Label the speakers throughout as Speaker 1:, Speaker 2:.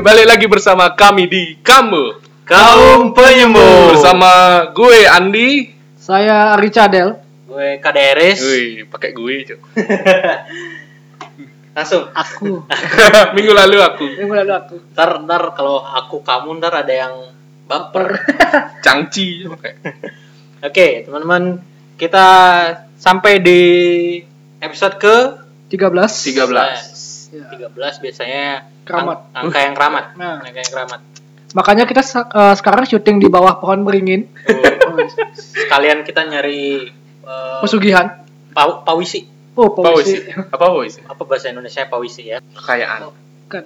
Speaker 1: balik lagi bersama kami di Kamu
Speaker 2: Kaum penyembuh
Speaker 1: bersama gue Andi.
Speaker 3: Saya Richardel.
Speaker 2: gue Kaderes.
Speaker 1: Wih, pakai gue Cok.
Speaker 2: Langsung.
Speaker 3: Aku.
Speaker 1: Minggu lalu aku
Speaker 3: Ini mulai dulu aku.
Speaker 2: Ntar ntar kalau aku kamu ntar ada yang baper.
Speaker 1: cangci Cok, pakai.
Speaker 2: Oke teman-teman kita sampai di episode ke
Speaker 3: 13.
Speaker 1: 13.
Speaker 3: Ya.
Speaker 2: 13 biasanya
Speaker 3: Keramat.
Speaker 2: ang- angka yang keramat.
Speaker 3: Nah.
Speaker 2: Angka yang keramat.
Speaker 3: Makanya kita sa- eh, sekarang syuting di bawah pohon beringin.
Speaker 2: Oh, sekalian kita nyari eh,
Speaker 3: Pesugihan.
Speaker 2: pa- pawisi
Speaker 3: Oh,
Speaker 1: Apa sih?
Speaker 3: polisi.
Speaker 1: Apa sih?
Speaker 2: apa bahasa Indonesia pawisi ya?
Speaker 1: Kekayaan.
Speaker 3: Kan.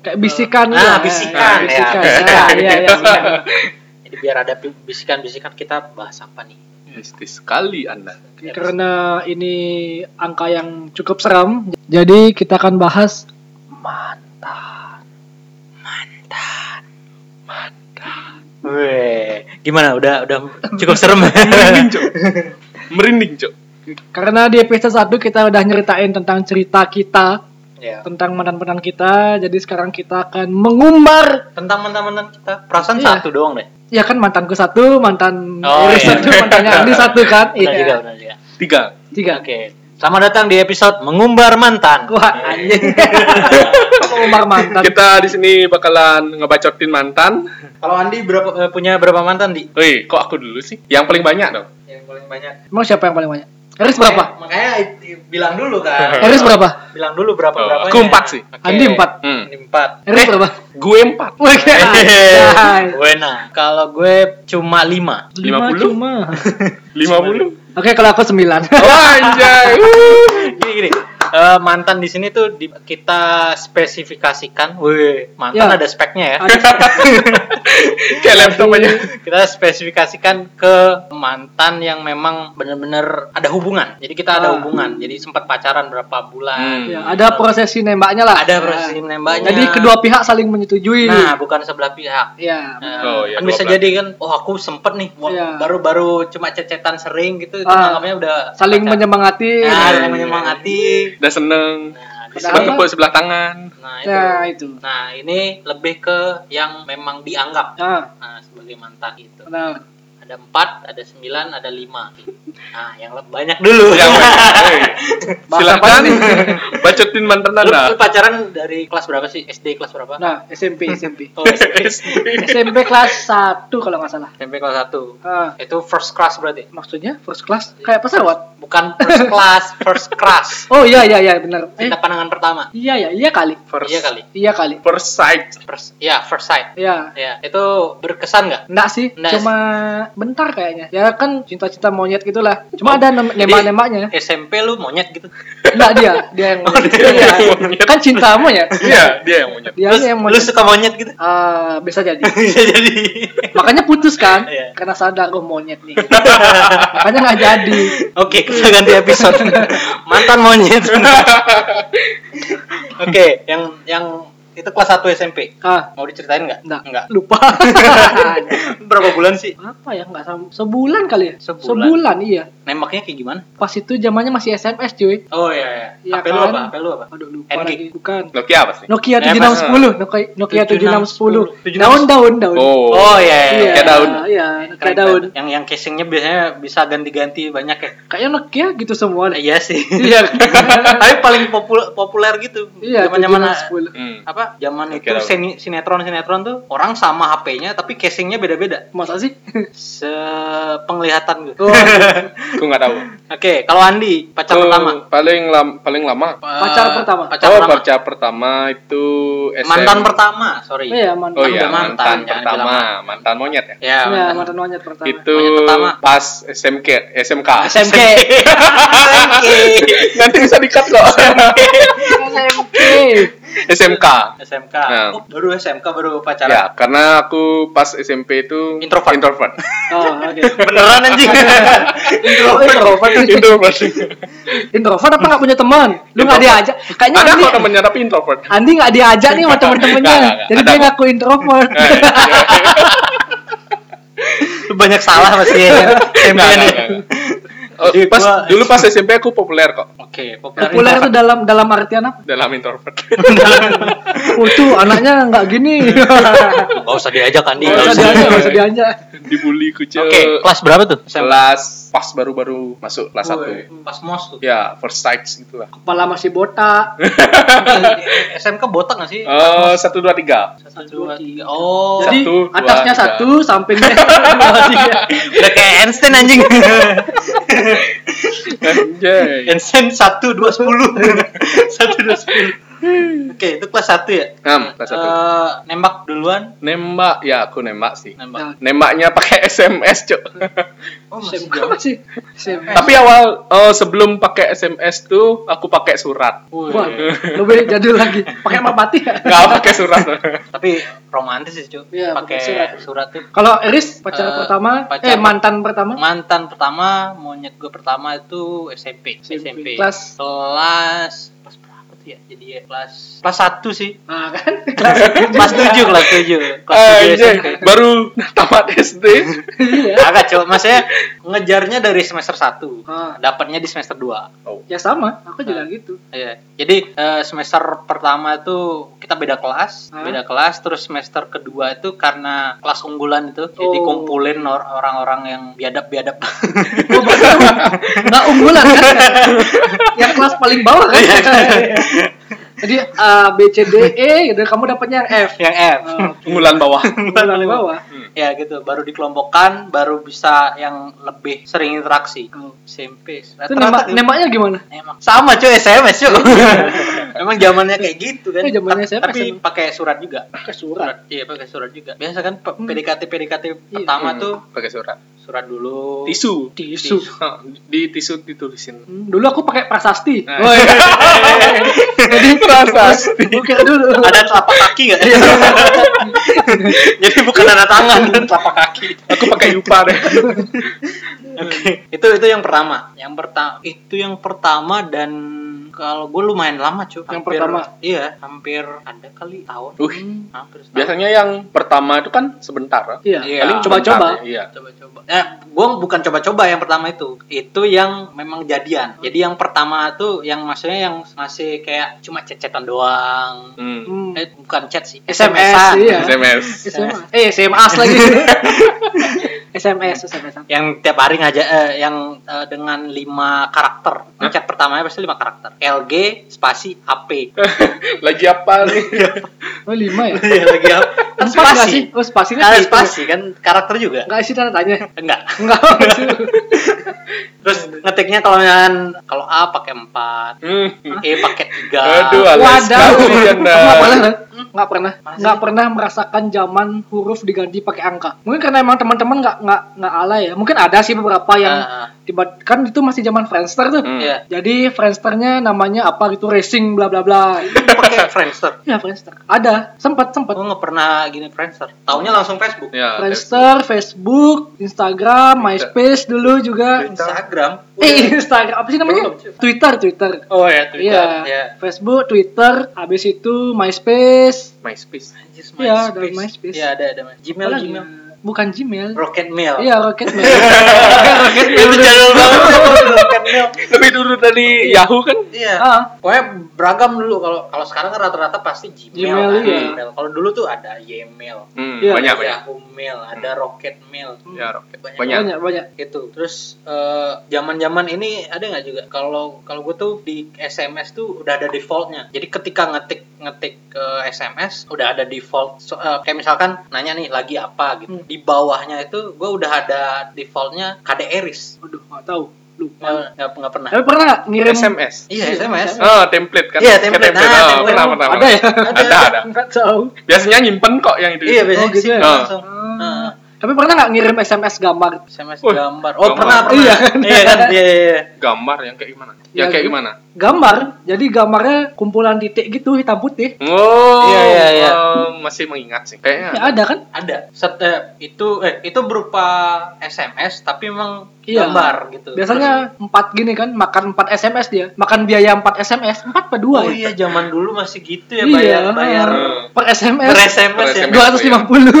Speaker 3: Kayak bisikan.
Speaker 2: Ah,
Speaker 3: ya.
Speaker 2: bisikan, ya. Bisikan.
Speaker 3: Bisikan. Ya, ya, ya, ya.
Speaker 2: iya. Jadi biar ada pi- bisikan-bisikan kita bahas apa nih?
Speaker 1: Pasti sekali Anda.
Speaker 3: Karena ini angka yang cukup seram. Jadi kita akan bahas
Speaker 2: Weh, gimana? Udah udah cukup serem.
Speaker 1: Merinding, Cok. Merinding, Cok.
Speaker 3: karena di episode 1 kita udah nyeritain tentang cerita kita,
Speaker 2: ya.
Speaker 3: tentang mantan-mantan kita. Jadi sekarang kita akan mengumbar
Speaker 2: Tentang mantan-mantan kita, perasaan
Speaker 3: Iya.
Speaker 2: satu doang deh.
Speaker 3: Ya kan mantanku satu, mantan
Speaker 2: Oh,
Speaker 3: Eris
Speaker 2: iya.
Speaker 3: satu, mantannya Andi satu kan?
Speaker 2: Benar juga, benar juga.
Speaker 1: Tiga.
Speaker 3: Tiga.
Speaker 2: Oke. Selamat datang di episode mengumbar mantan.
Speaker 3: Iya. Wah anjing. Umar mantan.
Speaker 1: Kita di sini bakalan ngebacotin mantan.
Speaker 2: Kalau Andi berapa eh, punya berapa mantan di?
Speaker 1: Wih, kok aku dulu sih? Yang paling banyak dong.
Speaker 2: Yang paling banyak. Eh,
Speaker 3: Emang siapa yang paling banyak? Eris berapa?
Speaker 2: Makanya bilang dulu kan.
Speaker 3: Eris berapa?
Speaker 2: bilang dulu berapa
Speaker 1: Oh,
Speaker 2: berapa.
Speaker 1: aku empat sih.
Speaker 3: Andi empat.
Speaker 1: Hmm.
Speaker 2: Andi empat.
Speaker 3: Eris
Speaker 1: Eh.
Speaker 3: berapa?
Speaker 1: Gue empat.
Speaker 2: Eh.
Speaker 3: Wih, anjay.
Speaker 2: Wena. Kalau gue cuma lima.
Speaker 3: Lima
Speaker 1: 50?
Speaker 3: cuma.
Speaker 1: Lima puluh.
Speaker 3: Oke kalau aku sembilan.
Speaker 2: Oh.
Speaker 1: Wah, anjay. Wuh.
Speaker 2: Gini gini. Eh, mantan di sini tuh di- kita spesifikasikan. Wih, mantan
Speaker 3: Ya.
Speaker 2: ada speknya ya.
Speaker 1: Kayak laptop aja.
Speaker 2: kita spesifikasikan ke mantan yang memang benar-benar ada hubungan. Jadi kita ada
Speaker 3: Ah.
Speaker 2: hubungan. Jadi sempat pacaran berapa
Speaker 1: Hmm.
Speaker 2: bulan.
Speaker 3: Ya, ada prosesi nembaknya lah. Nah,
Speaker 2: Ada prosesi nembaknya.
Speaker 3: Jadi kedua pihak saling menyetujui.
Speaker 2: Nah, bukan sebelah pihak.
Speaker 3: Ya.
Speaker 2: Nah,
Speaker 1: Oh, iya, dua
Speaker 2: kan bisa
Speaker 1: belah.
Speaker 2: jadi kan, oh aku sempet nih, wah,
Speaker 3: Iya.
Speaker 2: baru-baru cuma cecetan sering gitu, itu
Speaker 3: Ah.
Speaker 2: namanya udah
Speaker 3: Saling
Speaker 2: pacar.
Speaker 3: menyemangati.
Speaker 2: Nah,
Speaker 3: Nah,
Speaker 2: saling menyemangati.
Speaker 1: Udah seneng.
Speaker 2: Nah, di
Speaker 3: Padahal- Ya,
Speaker 2: sini,
Speaker 1: Bertepuk sebelah tangan.
Speaker 2: nah itu.
Speaker 3: itu.
Speaker 2: Nah, ini lebih ke yang memang dianggap
Speaker 3: Nah,
Speaker 2: nah, sebagai mantan itu.
Speaker 3: benar.
Speaker 2: Ada empat, ada sembilan, ada lima. Nah, yang lebih banyak dulu.
Speaker 1: Yang Hei.
Speaker 3: Bahasa
Speaker 1: Silakan
Speaker 3: apa sih?
Speaker 1: bacotin mantan
Speaker 2: Lu,
Speaker 1: Anda.
Speaker 2: lu pacaran dari kelas berapa sih? SD kelas berapa?
Speaker 3: Nah, SMP, SMP.
Speaker 2: Oh, SMP.
Speaker 3: SMP kelas 1 kalau nggak salah.
Speaker 2: SMP kelas 1.
Speaker 3: Ah,
Speaker 2: Itu first class berarti.
Speaker 3: maksudnya first class kayak pesawat.
Speaker 2: Bukan first class, first class.
Speaker 3: Oh iya iya iya benar. Eh,
Speaker 2: Cinta pandangan pertama.
Speaker 3: iya ya iya kali.
Speaker 1: First,
Speaker 2: Iya kali.
Speaker 3: Iya kali.
Speaker 1: First sight.
Speaker 2: First, ya first sight.
Speaker 3: Iya.
Speaker 2: Ya, itu berkesan nggak?
Speaker 3: Enggak sih,
Speaker 2: Nggak
Speaker 3: cuma bentar kayaknya. Ya kan cinta-cinta monyet gitulah. Cuma ada nem- nembak-nembaknya.
Speaker 2: SMP lu monyet gitu.
Speaker 3: Enggak dia, dia yang monyet.
Speaker 1: dia
Speaker 3: Iya.
Speaker 1: yang monyet.
Speaker 3: Kan cinta monyet.
Speaker 1: Iya, dia yang punya.
Speaker 3: Dia
Speaker 2: Terus
Speaker 3: yang
Speaker 2: lu
Speaker 3: Ya, monyet.
Speaker 2: suka monyet gitu.
Speaker 3: Ah, bisa jadi.
Speaker 2: Bisa jadi.
Speaker 3: Makanya putus kan?
Speaker 2: Iya.
Speaker 3: Karena sadar oh monyet nih. Makanya nggak jadi.
Speaker 2: Oke, kita ganti episode. Mantan monyet. Oke, yang yang itu kelas 1 SMP.
Speaker 3: Ah,
Speaker 2: Mau diceritain nggak?
Speaker 3: enggak.
Speaker 2: Nggak.
Speaker 3: Lupa.
Speaker 2: Berapa bulan sih?
Speaker 3: Apa ya enggak sebulan kali ya?
Speaker 2: Sebulan.
Speaker 3: sebulan iya.
Speaker 2: Nembaknya kayak gimana?
Speaker 3: Pas itu zamannya masih SMS cuy.
Speaker 2: Oh iya, iya.
Speaker 3: Iya
Speaker 2: HP lu
Speaker 3: kan?
Speaker 2: apa? HP lu apa?
Speaker 3: Aduh lupa
Speaker 2: NG.
Speaker 3: lagi. Bukan.
Speaker 1: Nokia apa sih?
Speaker 3: Nokia
Speaker 2: Ya,
Speaker 3: 7610, Nokia, Nokia
Speaker 2: 7610.
Speaker 3: 7610. Daun daun daun.
Speaker 1: Oh,
Speaker 2: Oh iya, iya.
Speaker 3: Iya,
Speaker 1: Nokia daun.
Speaker 3: Iya, Nokia
Speaker 2: Keren,
Speaker 3: daun.
Speaker 2: keren. Yang yang casingnya biasanya bisa ganti-ganti banyak ya.
Speaker 3: Kayaknya Nokia gitu semua deh.
Speaker 2: Iya sih.
Speaker 3: Iya.
Speaker 2: Tapi paling populer populer gitu.
Speaker 3: Iya,
Speaker 2: Zaman-zaman
Speaker 3: 7610.
Speaker 1: Hmm.
Speaker 2: apa? Zaman
Speaker 1: Oke,
Speaker 2: itu
Speaker 1: lah.
Speaker 2: seni- sinetron-sinetron tuh orang sama HP-nya tapi casingnya beda-beda.
Speaker 3: Masa sih?
Speaker 2: Sepenglihatan gitu.
Speaker 3: Oh,
Speaker 1: Aku nggak tahu.
Speaker 2: Oke, kalau Andi pacar
Speaker 1: Aku
Speaker 2: pertama.
Speaker 1: Paling lam- paling lama.
Speaker 3: Pacar
Speaker 2: Eh,
Speaker 3: pertama.
Speaker 2: Pacar
Speaker 1: oh,
Speaker 2: pertama.
Speaker 1: pacar pertama itu SM.
Speaker 2: Mantan pertama, sorry.
Speaker 3: iya mantan.
Speaker 1: Oh iya, mantan,
Speaker 2: Mantan, jangan
Speaker 1: pertama, mantan monyet ya.
Speaker 2: Ya,
Speaker 3: Iya,
Speaker 2: mantan.
Speaker 3: mantan monyet pertama.
Speaker 1: Itu
Speaker 2: Monyet pertama.
Speaker 1: pas SMK, SMK.
Speaker 3: SMK.
Speaker 2: SMK.
Speaker 1: Nanti bisa dikat kok.
Speaker 3: Oh, SMK.
Speaker 1: SMK.
Speaker 2: SMK.
Speaker 1: Nah.
Speaker 2: Oh, baru SMK baru pacaran.
Speaker 1: Ya, karena aku pas SMP itu
Speaker 2: Introvert.
Speaker 1: Introvert.
Speaker 3: Oh, oke.
Speaker 2: Beneran anjing.
Speaker 3: Introvert, introvert.
Speaker 1: introvert.
Speaker 3: Introvert apa nggak punya teman? Lu nggak diajak? Kayaknya
Speaker 1: Ada
Speaker 3: Andi,
Speaker 1: kok temennya tapi introvert. Nah,
Speaker 3: Andi nggak diajak nih sama temen-temennya.
Speaker 1: Nggak, nggak,
Speaker 3: Jadi
Speaker 1: ada
Speaker 3: dia
Speaker 1: kok.
Speaker 3: ngaku introvert.
Speaker 1: Nah, ya, ya.
Speaker 2: Banyak salah pasti ya.
Speaker 1: iya, Nah, Nggak, nggak, nggak. Oh,
Speaker 2: Jadi
Speaker 1: pas
Speaker 2: gua-
Speaker 1: dulu pas SMP aku populer kok
Speaker 2: Oke, populer.
Speaker 3: Populer itu dalam dalam artian apa?
Speaker 1: dalam introvert.
Speaker 3: Oh tuh anaknya nggak gini. Nggak
Speaker 2: Gak usah diajak kan dia.
Speaker 1: Nggak
Speaker 3: usah dianya, nggak usah dianya.
Speaker 1: Dibully kucil.
Speaker 2: Oke, kelas berapa tuh?
Speaker 1: Kelas pas baru-baru masuk kelas satu.
Speaker 2: Pas mos tuh.
Speaker 1: Ya, first sights gitu lah.
Speaker 3: Kepala masih botak.
Speaker 2: SMK botak gak sih?
Speaker 1: Eh, satu dua tiga.
Speaker 2: Satu, dua, tiga. Oh.
Speaker 3: Jadi
Speaker 1: Satu, dua,
Speaker 3: atasnya
Speaker 1: tiga.
Speaker 3: satu, sampingnya dua, tiga.
Speaker 2: Udah kayak Einstein anjing.
Speaker 1: Anjay.
Speaker 2: Einstein 1 2 10. 1 2 10. Oke, itu kelas 1 ya?
Speaker 1: Enam, kelas satu.
Speaker 2: Eh, nembak duluan,
Speaker 1: Nembak, ya aku nembak sih.
Speaker 2: nembak.
Speaker 1: Nembaknya pakai SMS, Cok.
Speaker 2: Oh, masih
Speaker 3: SMK
Speaker 2: jauh.
Speaker 3: masih. SMK.
Speaker 1: Tapi awal eh, sebelum pakai SMS tuh aku pakai surat.
Speaker 3: Wah,
Speaker 2: Wih.
Speaker 3: lebih jadul lagi. Pakai merpati ya?
Speaker 1: Enggak pakai surat.
Speaker 2: Tapi romantis sih, Cuk.
Speaker 3: Iya,
Speaker 2: Pakai
Speaker 3: pakai surat.
Speaker 2: surat tuh.
Speaker 3: Kalau Eris pacar
Speaker 2: Eh,
Speaker 3: pertama,
Speaker 2: pacar-
Speaker 3: eh mantan pertama,
Speaker 2: Mantan pertama, monyet gue pertama itu SMP. SMP.
Speaker 3: Kelas?
Speaker 2: kelas kelas berapa tuh ya? Jadi ya, kelas kelas 1 sih.
Speaker 3: nah kan?
Speaker 2: Kelas 7, kelas 7. Kelas 7 SMP.
Speaker 1: Anjay, Eh, baru tamat SD.
Speaker 3: Iya.
Speaker 2: Agak cowok, maksudnya ngejarnya dari semester 1
Speaker 3: Ah.
Speaker 2: Dapatnya di semester 2
Speaker 3: Ya sama, aku juga gitu.
Speaker 2: Iya. Jadi eh, semester pertama itu kita beda kelas,
Speaker 3: Hah?
Speaker 2: beda kelas. Terus semester kedua itu karena kelas unggulan itu, jadi
Speaker 3: Oh.
Speaker 2: kumpulin or- orang-orang yang biadab-biadab.
Speaker 3: Enggak unggulan kan? yang kelas paling bawah kan? Jadi A B C D E gitu kamu dapatnya yang F.
Speaker 2: yang F.
Speaker 3: Oh,
Speaker 1: Unggulan bawah.
Speaker 3: unggulan paling bawah.
Speaker 2: ya gitu. Baru dikelompokkan, baru bisa yang lebih sering interaksi. Hmm,
Speaker 3: Oh.
Speaker 2: SMP.
Speaker 3: Itu
Speaker 2: Rata-rata
Speaker 3: nembak nembaknya gimana?
Speaker 2: Emang sama cuy SMS cuy. Emang zamannya kayak gitu kan.
Speaker 3: Eh, zamannya
Speaker 2: Ta-
Speaker 3: SMS
Speaker 2: Tapi
Speaker 3: emang.
Speaker 2: pakai surat juga.
Speaker 3: Pakai surat. Hmm.
Speaker 2: Iya pakai surat juga. Biasa kan pe- PDKT PDKT
Speaker 3: Iya.
Speaker 2: pertama tuh
Speaker 1: Hmm, pakai surat.
Speaker 2: surat dulu.
Speaker 1: Tisu.
Speaker 3: Tisu.
Speaker 1: Nah, Di tisu ditulisin.
Speaker 3: Hmm, Dulu aku pakai prasasti.
Speaker 1: Nah.
Speaker 3: Woi. Jadi
Speaker 1: Prasasti.
Speaker 3: Buka dulu.
Speaker 2: Ada telapak kaki nggak? Jadi bukan ada tangan, telapak kaki.
Speaker 1: Aku pakai Yupa deh.
Speaker 2: Oke.
Speaker 3: Hmm.
Speaker 2: Itu itu yang pertama. Yang pertama itu yang pertama dan kalau gue lumayan lama cuy.
Speaker 3: Yang
Speaker 2: Hampir-
Speaker 3: pertama?
Speaker 2: Iya, hampir ada kali tahun.
Speaker 1: Wih,
Speaker 2: Hampir setahun.
Speaker 1: biasanya yang pertama itu kan sebentar.
Speaker 3: Iya.
Speaker 2: Iya.
Speaker 3: Paling
Speaker 1: Sebentar,
Speaker 3: coba-coba.
Speaker 1: Iya.
Speaker 2: coba-coba. Eh, gue bukan coba-coba yang pertama itu. Itu yang memang jadian. Jadi yang pertama tuh yang maksudnya yang masih kayak cuma cecetan doang.
Speaker 1: Hmm.
Speaker 3: Hmm.
Speaker 2: Eh, bukan chat sih.
Speaker 3: SMS,
Speaker 2: SMS-an.
Speaker 3: iya.
Speaker 1: SMS.
Speaker 3: SMA. Eh, SMA lagi. SMS, SMS.
Speaker 2: Yang tiap hari ngajak eh, yang eh, dengan lima karakter. Chat pertamanya pasti lima karakter. LG spasi AP.
Speaker 1: Lagi apa nih?
Speaker 3: Oh, lima ya?
Speaker 2: Iya lagi apa? Kan
Speaker 3: Empat nggak
Speaker 2: spasi.
Speaker 3: sih? Oh, spasi
Speaker 2: Ada spasi kan karakter juga.
Speaker 3: Enggak isi tanda tanya.
Speaker 2: Enggak.
Speaker 3: Enggak.
Speaker 2: Terus ngetiknya kalau misalkan- kalau A pakai 4,
Speaker 1: Hmm.
Speaker 2: E pakai 3.
Speaker 1: Aduh, alas sekali Anda.
Speaker 3: Enggak pernah. Enggak pernah.
Speaker 2: Masih.
Speaker 3: Enggak pernah merasakan zaman huruf diganti pakai angka. Mungkin karena emang teman-teman enggak enggak enggak ala ya. Mungkin ada sih beberapa yang
Speaker 2: Ah, ah.
Speaker 3: tiba kan itu masih zaman Friendster tuh.
Speaker 1: Hmm.
Speaker 2: Iya.
Speaker 3: Jadi Friendsternya namanya apa gitu racing bla bla bla.
Speaker 2: pakai Friendster.
Speaker 3: ya Friendster. Ada, sempat sempat.
Speaker 2: Gue nggak pernah gini Friendster. Taunya langsung Facebook.
Speaker 1: Ya,
Speaker 3: Friendster, Facebook, Instagram, MySpace dulu juga.
Speaker 2: Instagram.
Speaker 3: Eh, Instagram apa sih namanya? Twitter, Twitter.
Speaker 2: Oh ya Twitter.
Speaker 3: Iya, Facebook, Twitter, habis itu MySpace,
Speaker 1: MySpace.
Speaker 2: Anjir,
Speaker 3: Iya, ada
Speaker 2: MySpace.
Speaker 3: MySpace.
Speaker 2: Iya ada ada. Gmail
Speaker 3: Apalagi?
Speaker 2: Gmail.
Speaker 3: bukan Gmail.
Speaker 2: Rocket Mail.
Speaker 3: Iya, Rocketmail.
Speaker 2: Itu jadul banget. Rocket Mail.
Speaker 1: Lebih dulu dari Yahoo kan?
Speaker 2: Iya.
Speaker 3: Ah,
Speaker 2: Pokoknya beragam dulu kalau kalau sekarang kan rata-rata pasti Gmail,
Speaker 3: Gmail,
Speaker 2: kan,
Speaker 3: iya.
Speaker 2: Gmail. Kalau dulu tuh ada Ymail,
Speaker 1: Hmm,
Speaker 3: Iya.
Speaker 1: banyak
Speaker 2: ada
Speaker 1: banyak.
Speaker 2: Yahoo Mail, ada Rocket Mail.
Speaker 1: Ya, Rocket.
Speaker 2: Banyak.
Speaker 1: Banyak.
Speaker 3: banyak banyak.
Speaker 2: Gitu. Terus eh, zaman-zaman ini ada nggak juga kalau kalau gue tuh di SMS tuh udah ada defaultnya. Jadi ketika ngetik ngetik eh, SMS udah ada default. So, eh, kayak misalkan nanya nih lagi apa gitu.
Speaker 3: Hmm.
Speaker 2: Di bawahnya itu gue udah ada defaultnya KDRIS.
Speaker 3: Waduh, nggak tahu. Lupa.
Speaker 2: Nggak nggak- nggak pernah.
Speaker 3: Tapi pernah nggak ngirim
Speaker 1: SMS.
Speaker 2: Iya
Speaker 3: Hmm. Oh, Iya,
Speaker 2: SMS.
Speaker 1: Ah, template kan?
Speaker 2: Iya,
Speaker 1: Kayak
Speaker 2: template.
Speaker 1: Ah,
Speaker 2: Nah, template.
Speaker 1: pernah, pernah,
Speaker 3: Ada ya?
Speaker 1: pernah. Ada, ada.
Speaker 3: Nggak tahu.
Speaker 1: Biasanya nyimpen kok yang itu.
Speaker 2: Iya biasanya
Speaker 3: Oh, gitu
Speaker 2: sih,
Speaker 3: ya?
Speaker 2: langsung.
Speaker 3: Ah.
Speaker 2: Nah.
Speaker 3: Tapi pernah nggak ngirim SMS gambar?
Speaker 2: SMS
Speaker 1: Wih,
Speaker 2: gambar.
Speaker 1: gambar.
Speaker 2: Oh, pernah pernah.
Speaker 3: Iya
Speaker 2: Iya
Speaker 3: kan?
Speaker 2: kan? Iya Iya iya.
Speaker 1: Gambar yang kayak gimana?
Speaker 3: Iya,
Speaker 1: Yang kayak
Speaker 3: gitu.
Speaker 1: gimana?
Speaker 3: Gambar. Jadi gambarnya kumpulan titik gitu hitam putih.
Speaker 1: Oh,
Speaker 2: Iya, iya, iya.
Speaker 1: em, masih mengingat sih. Kayaknya
Speaker 3: Ya ada kan?
Speaker 2: Ada. Set eh, itu eh itu berupa SMS tapi memang
Speaker 3: Iya.
Speaker 2: gambar gitu.
Speaker 3: Biasanya empat gini kan, makan 4 SMS dia. Makan biaya 4 SMS, 4 per 2
Speaker 2: Terus, oh
Speaker 3: ya. Iya.
Speaker 2: iya zaman dulu masih gitu ya bayar bayar
Speaker 3: Hmm.
Speaker 2: Hmm.
Speaker 3: per SMS.
Speaker 2: per SMS ya.
Speaker 1: Per SMS.
Speaker 3: 250.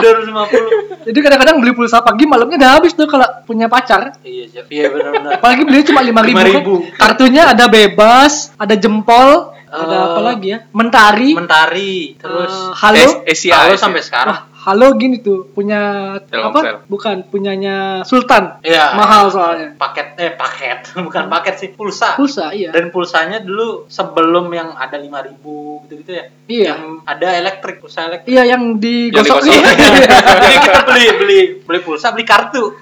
Speaker 2: 250.
Speaker 3: Jadi kadang-kadang beli pulsa pagi malamnya udah habis tuh kalau punya pacar.
Speaker 2: Iya, Jeff. iya benar-benar.
Speaker 3: Apalagi beli cuma 5000.
Speaker 2: 5.000.
Speaker 3: Kartunya ada bebas, ada jempol, ada apa
Speaker 2: Eh,
Speaker 3: lagi ya? Mentari.
Speaker 2: Mentari, terus
Speaker 3: eh, halo.
Speaker 1: Es- Asia,
Speaker 2: Halo
Speaker 1: Asia.
Speaker 2: sampai sekarang.
Speaker 3: Wah, halo gini tuh punya apa?
Speaker 1: Telkomsel.
Speaker 3: Bukan punyanya Sultan.
Speaker 2: Iya.
Speaker 3: Mahal soalnya.
Speaker 2: Paket eh paket, bukan paket sih, pulsa.
Speaker 3: Pulsa iya.
Speaker 2: Dan pulsanya dulu sebelum yang ada 5000 gitu-gitu ya.
Speaker 3: Iya.
Speaker 2: Yang ada elektrik, pulsa elektrik.
Speaker 3: Iya yang Iya, digosok
Speaker 1: digosok.
Speaker 2: Jadi kita beli beli beli pulsa, beli kartu.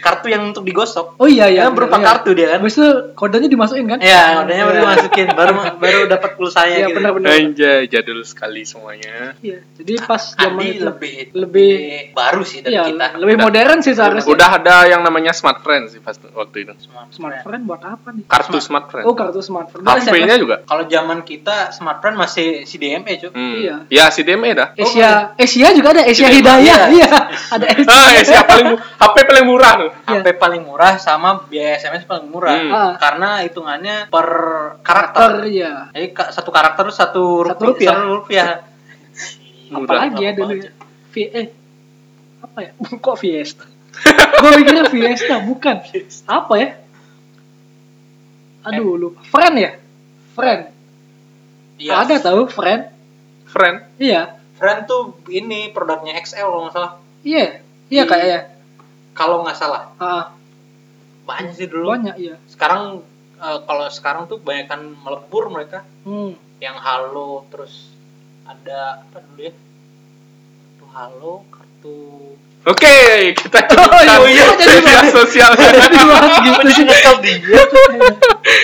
Speaker 2: kartu yang untuk digosok.
Speaker 3: oh iya iya.
Speaker 2: Kan berupa
Speaker 3: iya.
Speaker 2: kartu dia kan.
Speaker 3: Habis itu kodenya dimasukin kan?
Speaker 2: Iya, kodenya baru masukin, baru baru dapat pulsanya
Speaker 3: Iya
Speaker 2: gitu.
Speaker 3: benar-benar.
Speaker 1: Anjay, jadul sekali semuanya.
Speaker 3: Iya. Jadi pas zaman
Speaker 2: Andi
Speaker 3: itu
Speaker 2: Ah, lebih
Speaker 3: lebih
Speaker 2: baru sih dari
Speaker 3: iya,
Speaker 2: kita.
Speaker 3: lebih
Speaker 1: Udah.
Speaker 3: modern sih seharusnya.
Speaker 1: Udah ada yang namanya smartphone sih pas waktu itu.
Speaker 2: smartphone.
Speaker 3: Smartphone buat apa nih?
Speaker 1: Kartu smartphone.
Speaker 3: Oh kartu smartphone. Bukan
Speaker 1: HP-nya
Speaker 3: SMS.
Speaker 1: juga.
Speaker 2: Kalau zaman kita smartphone masih CDMA, cuy.
Speaker 1: Hmm.
Speaker 3: Iya.
Speaker 1: Ya, si DME dah.
Speaker 3: Asia Asia juga ada Asia Hidayah iya ada Asia
Speaker 1: Ah, eh, siapa paling mu- HP paling murah tuh.
Speaker 3: Iya.
Speaker 2: HP paling murah sama biaya SMS paling murah.
Speaker 1: Hmm.
Speaker 3: Ah.
Speaker 2: Karena hitungannya per
Speaker 3: karakter
Speaker 2: karakter.
Speaker 3: ya
Speaker 2: Jadi ka- satu karakter tuh satu rupiah.
Speaker 3: Satu rupiah.
Speaker 2: Satu rupiah.
Speaker 1: Murah.
Speaker 3: apalagi ya
Speaker 2: apa
Speaker 3: dulu
Speaker 2: aja.
Speaker 3: ya V eh apa ya kok Fiesta gue mikirnya Fiesta bukan apa ya aduh lupa friend ya friend
Speaker 2: Iya.
Speaker 3: ada tahu friend
Speaker 1: Friend.
Speaker 3: iya
Speaker 2: Friend tuh ini produknya XL kalau nggak salah.
Speaker 3: iya iya
Speaker 2: Di-
Speaker 3: kayaknya
Speaker 2: Kalau nggak salah
Speaker 3: ah
Speaker 2: banyak sih dulu.
Speaker 3: banyak iya
Speaker 2: Sekarang eh, kalau sekarang tuh banyakkan melebur mereka.
Speaker 3: hmm.
Speaker 2: yang halo terus ada apa dulu ya kartu halo kartu
Speaker 1: Oke, kita
Speaker 3: Oh, iya,
Speaker 1: cukupkan
Speaker 3: iya, jadi
Speaker 1: media
Speaker 3: bahas-
Speaker 1: sosial
Speaker 3: jadi
Speaker 2: iya.
Speaker 3: bahas gitu sih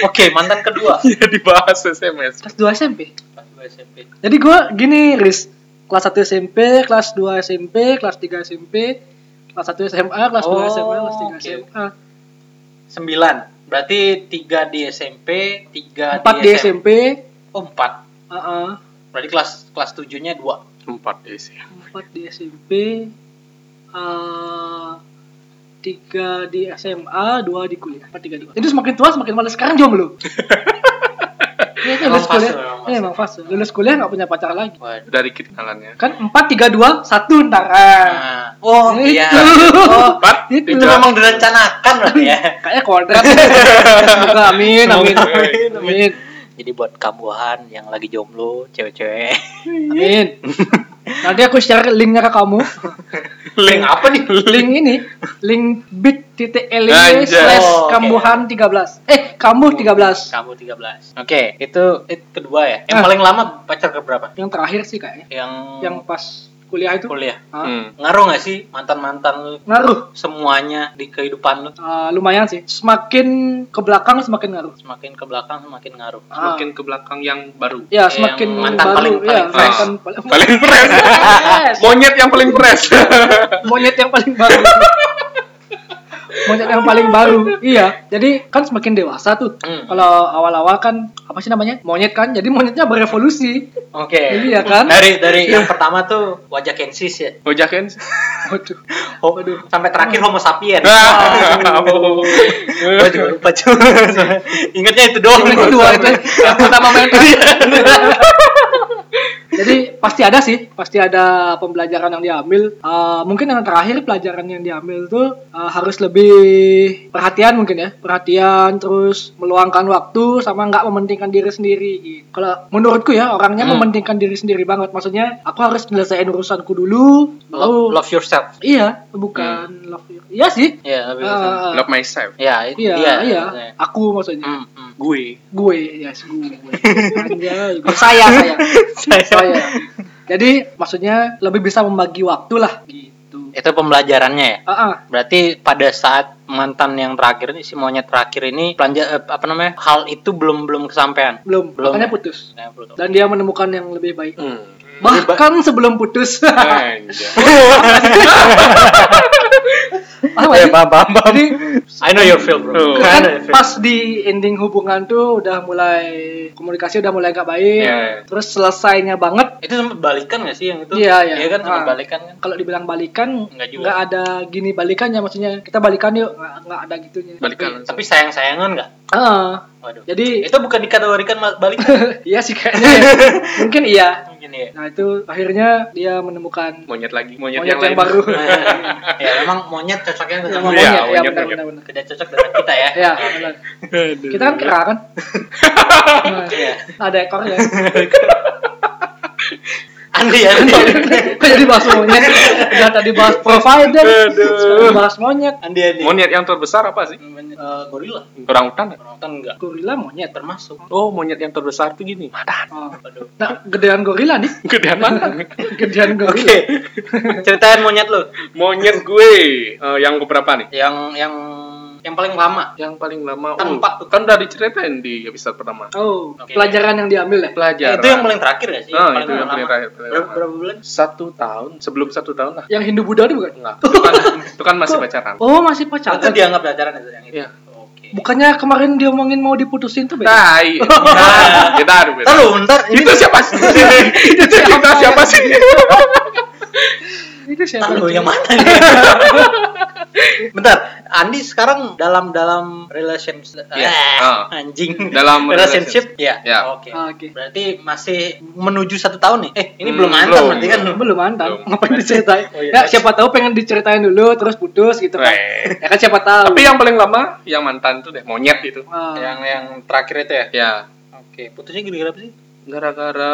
Speaker 2: oke mantan kedua
Speaker 1: ya dibahas SMS.
Speaker 3: ya. kelas 2 SMP
Speaker 2: pas gue SMP
Speaker 3: Jadi gue gini, Riz. Kelas 1 SMP, kelas 2 SMP, kelas 3 SMP, kelas 1 SMA, kelas 2 SMA,
Speaker 2: Oh,
Speaker 3: kelas 3
Speaker 2: oke.
Speaker 3: SMA.
Speaker 2: sembilan berarti tiga di SMP tiga
Speaker 3: 4 di SMP,
Speaker 2: oh empat
Speaker 3: heeh.
Speaker 2: berarti kelas kelas tujuhnya dua
Speaker 1: Empat iya, sih.
Speaker 3: 4 di SMP, eh 3 di SMA, 2 di kuliah. 4 3 di kuliah. Itu semakin tua semakin malas sekarang jomblo. Iya, kan,
Speaker 2: Emang
Speaker 3: lulus
Speaker 2: fase,
Speaker 3: kuliah.
Speaker 2: emang fase.
Speaker 3: Iya, emang fase. Lulus kuliah nggak punya pacar lagi.
Speaker 2: Waduh.
Speaker 1: Dari kenalannya.
Speaker 3: Kan 4 3 2 1 ntar. Gitu. ah.
Speaker 2: Nah, oh
Speaker 3: itu.
Speaker 2: iya
Speaker 3: Oh,
Speaker 1: Empat.
Speaker 3: itu
Speaker 2: itu memang direncanakan berarti ya
Speaker 3: Kayaknya kuadrat. Semoga amin, amin, amin, amin,
Speaker 2: jadi buat kambuhan yang lagi jomblo cewek-cewek
Speaker 3: amin. Nanti aku share linknya ke kamu.
Speaker 1: Link apa nih?
Speaker 3: Link ini, link bit.ly
Speaker 1: Anjay.
Speaker 3: slash
Speaker 2: Oh, oke.
Speaker 3: kambuhan 13. Eh, kambuh 13.
Speaker 2: kamu 13 oke itu itu kedua ya yang
Speaker 3: Ah.
Speaker 2: paling lama pacar keberapa
Speaker 3: Yang terakhir sih kayaknya.
Speaker 2: yang
Speaker 3: Yang pas kuliah itu.
Speaker 2: kuliah
Speaker 3: ah,
Speaker 1: Hmm.
Speaker 2: ngaruh nggak sih mantan mantan lu
Speaker 3: Ngaruh.
Speaker 2: semuanya di kehidupan lu
Speaker 3: Ah, lumayan sih. Semakin ke belakang semakin ngaruh.
Speaker 2: semakin ke belakang semakin ngaruh
Speaker 3: Ah.
Speaker 1: Semakin ke belakang yang baru.
Speaker 3: Ya,
Speaker 2: Yang
Speaker 3: semakin
Speaker 2: mantan
Speaker 3: baru.
Speaker 2: paling-
Speaker 3: ya,
Speaker 2: paling fresh.
Speaker 3: mantan paling-
Speaker 1: Paling fresh.
Speaker 3: Yes.
Speaker 1: Monyet yang paling fresh.
Speaker 3: monyet yang paling baru monyet yang paling baru iya jadi kan semakin dewasa tuh
Speaker 2: Hmm.
Speaker 3: kalau awal-awal kan apa sih namanya monyet kan jadi monyetnya berevolusi
Speaker 2: oke
Speaker 3: Iya kan?
Speaker 2: dari dari yang pertama tuh wajah kensis ya
Speaker 1: Ojakin.
Speaker 3: waduh
Speaker 2: Ho- sampai terakhir homo sapien
Speaker 1: Ah. Oh.
Speaker 2: Gua juga lupa cuy ingatnya itu doang
Speaker 3: yang kedua itu yang pertama main jadi pasti ada sih pasti ada pembelajaran yang diambil Eh, mungkin yang terakhir pelajaran yang diambil tuh eh, harus lebih perhatian mungkin ya perhatian terus meluangkan waktu sama nggak mementingkan diri sendiri gitu. kalau menurutku ya orangnya
Speaker 2: Hmm.
Speaker 3: mementingkan diri sendiri banget maksudnya aku harus nyelesain urusanku dulu
Speaker 2: love,
Speaker 3: baru
Speaker 2: love yourself
Speaker 3: iya bukan love you. iya sih
Speaker 2: ya love yourself
Speaker 3: Eh,
Speaker 1: Love myself.
Speaker 2: ya itu
Speaker 3: iya
Speaker 2: dia
Speaker 3: iya
Speaker 2: maksudnya.
Speaker 3: aku maksudnya
Speaker 2: Hmm, hmm.
Speaker 1: Gue.
Speaker 3: gue ya yes, gue anjay
Speaker 2: Oh,
Speaker 3: gue. ya. saya saya saya Oh, iya. jadi maksudnya lebih bisa membagi waktu lah gitu
Speaker 2: itu pembelajarannya ya
Speaker 3: ah ah.
Speaker 2: Berarti pada saat mantan yang terakhir ini si monyet terakhir ini pelanja eh, apa namanya? Hal itu belum belum kesampaian.
Speaker 3: belum
Speaker 2: Belum.
Speaker 3: makanya putus
Speaker 2: Nah, belum.
Speaker 3: dan dia menemukan yang lebih baik
Speaker 1: Hmm. Ya,
Speaker 3: bahkan sebelum putus
Speaker 1: Anjay.
Speaker 3: Paham gak
Speaker 4: Ya,
Speaker 3: sih?
Speaker 4: paham, paham, paham.
Speaker 3: jadi
Speaker 5: I know your feel,
Speaker 1: Nah, Tuh.
Speaker 5: bro. I
Speaker 3: Ah, kan
Speaker 5: know your feel.
Speaker 3: pas di ending hubungan tuh udah mulai komunikasi udah mulai gak baik
Speaker 1: Iya, iya.
Speaker 3: terus selesainya banget
Speaker 2: Itu sempat balikan gak sih yang itu?
Speaker 3: Iya, iya.
Speaker 2: kan sempat
Speaker 3: Ah.
Speaker 2: balikan kan?
Speaker 3: kalau dibilang balikan
Speaker 2: Nggak juga.
Speaker 3: nggak ada gini balikannya maksudnya kita balikan yuk nggak nggak ada gitunya
Speaker 1: Balikan langsung.
Speaker 2: Tapi sayang-sayangan nggak?
Speaker 3: Ah,
Speaker 2: Waduh.
Speaker 3: jadi
Speaker 2: Itu bukan dikategorikan ma- balikan
Speaker 3: iya sih kayaknya ya. mungkin iya
Speaker 2: mungkin ya.
Speaker 3: nah itu akhirnya dia menemukan
Speaker 1: Monyet lagi. Monyet,
Speaker 3: monyet
Speaker 1: lain.
Speaker 3: yang, baru
Speaker 2: ya memang monyet cocoknya
Speaker 3: Sama
Speaker 2: dengan monyet.
Speaker 3: monyet ya,
Speaker 1: iya, monyet, Iya.
Speaker 3: benar
Speaker 1: monyet.
Speaker 3: benar benar
Speaker 2: Tidak cocok dengan kita ya.
Speaker 3: ya benar. kita kan kera kan Nah,
Speaker 2: Iya.
Speaker 3: ada ekor ya
Speaker 2: Andi Andi.
Speaker 3: kok jadi bahas monyet udah tadi bahas provider
Speaker 1: Aduh.
Speaker 3: sekarang bahas monyet
Speaker 2: Andi Andi.
Speaker 1: Monyet yang terbesar apa sih?
Speaker 2: Monyet. gorila.
Speaker 1: Orang hutan. ya?
Speaker 2: Orang enggak
Speaker 3: gorila monyet
Speaker 2: termasuk.
Speaker 1: Oh, monyet yang terbesar tuh gini. Mata.
Speaker 3: oh.
Speaker 2: Waduh.
Speaker 3: nah gedean gorila nih
Speaker 1: Gedean mata.
Speaker 3: gedean gorila
Speaker 2: Ceritain monyet lu.
Speaker 1: monyet gue eh, yang keberapa nih?
Speaker 2: Yang yang yang paling lama.
Speaker 1: Yang paling lama.
Speaker 2: Kan
Speaker 1: oh,
Speaker 2: empat tuh.
Speaker 1: kan udah diceritain di episode pertama.
Speaker 3: oh
Speaker 2: Oke.
Speaker 3: pelajaran yang diambil ya
Speaker 1: Pelajaran.
Speaker 2: Itu yang paling terakhir gak sih?
Speaker 1: Iya, Oh, itu yang paling terakhir. paling
Speaker 2: Berapa,
Speaker 1: lama.
Speaker 2: berapa bulan?
Speaker 1: Satu tahun, sebelum satu tahun lah.
Speaker 3: yang Hindu Buddha itu bukan
Speaker 1: Enggak. Itu kan, itu kan masih pacaran.
Speaker 3: oh masih pacaran
Speaker 2: Itu dianggap pacaran itu yang itu.
Speaker 1: Iya.
Speaker 2: Oke.
Speaker 3: bukannya kemarin dia omongin mau diputusin tuh beda
Speaker 1: Tai. Nah, kita aduh. beda.
Speaker 2: Bentar lu, bentar. Ini
Speaker 1: Itu siapa sih? Itu cerita siapa sih?
Speaker 3: itu
Speaker 2: bentar
Speaker 3: siapa
Speaker 2: lu, yang mana nih? bentar. Andi sekarang dalam dalam relationship
Speaker 1: Iya.
Speaker 2: Eh,
Speaker 1: Ah.
Speaker 2: anjing
Speaker 1: Dalam
Speaker 2: relationship ya
Speaker 1: Ya.
Speaker 2: oke
Speaker 3: Ah, oke.
Speaker 2: berarti masih menuju satu tahun nih eh ini
Speaker 1: Hmm,
Speaker 2: belum mantan
Speaker 1: belum.
Speaker 2: berarti kan
Speaker 3: belum mantap
Speaker 1: Belum.
Speaker 3: ngapain diceritain
Speaker 2: Oh, iya.
Speaker 3: ya siapa tahu pengen diceritain dulu terus putus gitu kan
Speaker 1: Weh.
Speaker 3: ya kan siapa tahu
Speaker 1: Tapi yang paling lama yang mantan tuh deh, monyet itu.
Speaker 3: Ah,
Speaker 2: yang yang terakhir itu ya
Speaker 1: Ya,
Speaker 2: oke putusnya gara-gara apa sih
Speaker 1: gara-gara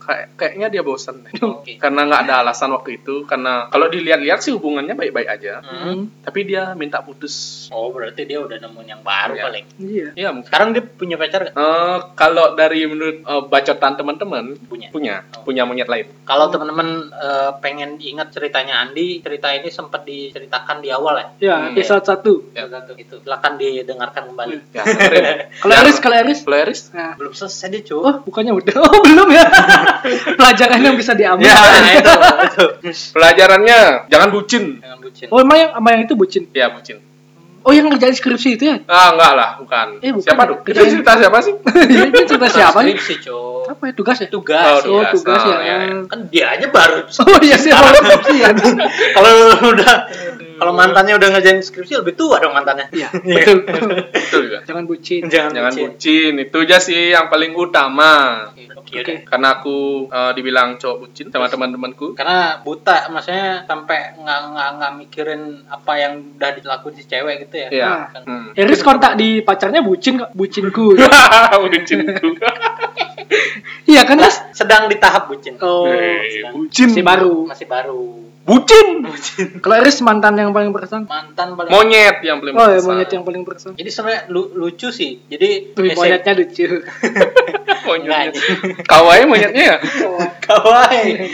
Speaker 1: kayak- kayaknya dia bosan deh.
Speaker 2: Oke.
Speaker 1: Karena nggak ada alasan waktu itu. Karena kalau dilihat-lihat sih hubungannya baik-baik aja.
Speaker 2: Hmm.
Speaker 1: Tapi dia minta putus.
Speaker 2: oh berarti dia udah nemuin yang baru
Speaker 1: Iya.
Speaker 2: paling
Speaker 3: iya
Speaker 1: Iya mungkin.
Speaker 2: sekarang dia punya pacar gak?
Speaker 1: Eh, kalau dari menurut eh, bacotan teman-teman
Speaker 2: punya
Speaker 1: punya
Speaker 2: Oh.
Speaker 1: punya monyet lain.
Speaker 2: kalau teman-teman eh, pengen ingat ceritanya Andi cerita ini sempat diceritakan di awal ya
Speaker 3: ya
Speaker 1: Hmm.
Speaker 3: episode satu
Speaker 1: Ya.
Speaker 2: Satu-satu. itu silakan didengarkan kembali
Speaker 1: Ya, dengerin.
Speaker 3: kalau
Speaker 1: Ya,
Speaker 3: Eris kalau Eris
Speaker 1: kalau Eris?
Speaker 3: nah
Speaker 2: Hmm. belum selesai dia cuy
Speaker 3: oh bukannya udah oh belum ya pelajaran yang bisa diambil
Speaker 1: Ya.
Speaker 2: nah, itu, itu.
Speaker 1: Pelajarannya jangan bucin.
Speaker 2: jangan bucin
Speaker 3: oh emang yang sama yang itu bucin
Speaker 1: Ya bucin.
Speaker 3: oh yang ngerjain skripsi itu ya
Speaker 1: Ah enggak lah, bukan.
Speaker 3: Eh, bukan.
Speaker 1: Siapa tuh? Itu
Speaker 3: Kerjain.
Speaker 1: cerita siapa sih?
Speaker 3: ini cerita siapa nih
Speaker 2: Skripsi, cuy
Speaker 3: apa ya tugas ya
Speaker 2: tugas
Speaker 1: Oh,
Speaker 3: oh
Speaker 1: tugas.
Speaker 3: tugas
Speaker 1: Oh,
Speaker 3: ya
Speaker 1: iya, iya.
Speaker 2: kan dia aja baru
Speaker 3: oh iya sih kalau skripsi ya
Speaker 2: kalau udah kalau mantannya udah ngerjain skripsi lebih tua dong mantannya Iya.
Speaker 3: iya betul
Speaker 1: Betul juga.
Speaker 3: jangan bucin
Speaker 2: jangan,
Speaker 1: Jangan
Speaker 2: bucin.
Speaker 1: bucin. Itu aja sih yang paling utama.
Speaker 2: oke
Speaker 3: Oke.
Speaker 2: udah.
Speaker 1: Karena aku eh, dibilang cowok bucin sama teman-temanku.
Speaker 2: karena buta maksudnya sampai nggak nggak nggak mikirin apa yang udah dilakuin si cewek
Speaker 3: Ah,
Speaker 2: gitu ya
Speaker 1: Iya.
Speaker 2: Kan.
Speaker 1: Hmm.
Speaker 3: Eris kontak di pacarnya bucin kok bucinku
Speaker 1: bucinku.
Speaker 3: iya kan Eris
Speaker 2: sedang di tahap bucin
Speaker 3: oh
Speaker 1: Eh, bucin.
Speaker 3: masih baru
Speaker 2: Hmm. masih baru
Speaker 1: Bucin.
Speaker 3: kalau Eris mantan yang paling berkesan
Speaker 2: mantan paling
Speaker 1: Monyet yang paling
Speaker 3: oh ya
Speaker 1: besar.
Speaker 3: monyet yang paling berkesan
Speaker 2: jadi sebenarnya lu- lucu sih jadi SM
Speaker 3: Wih, monyetnya lucu
Speaker 1: Monyetnya.
Speaker 2: Nggak,
Speaker 1: Kawaii monyetnya ya?
Speaker 2: Oh. kawaii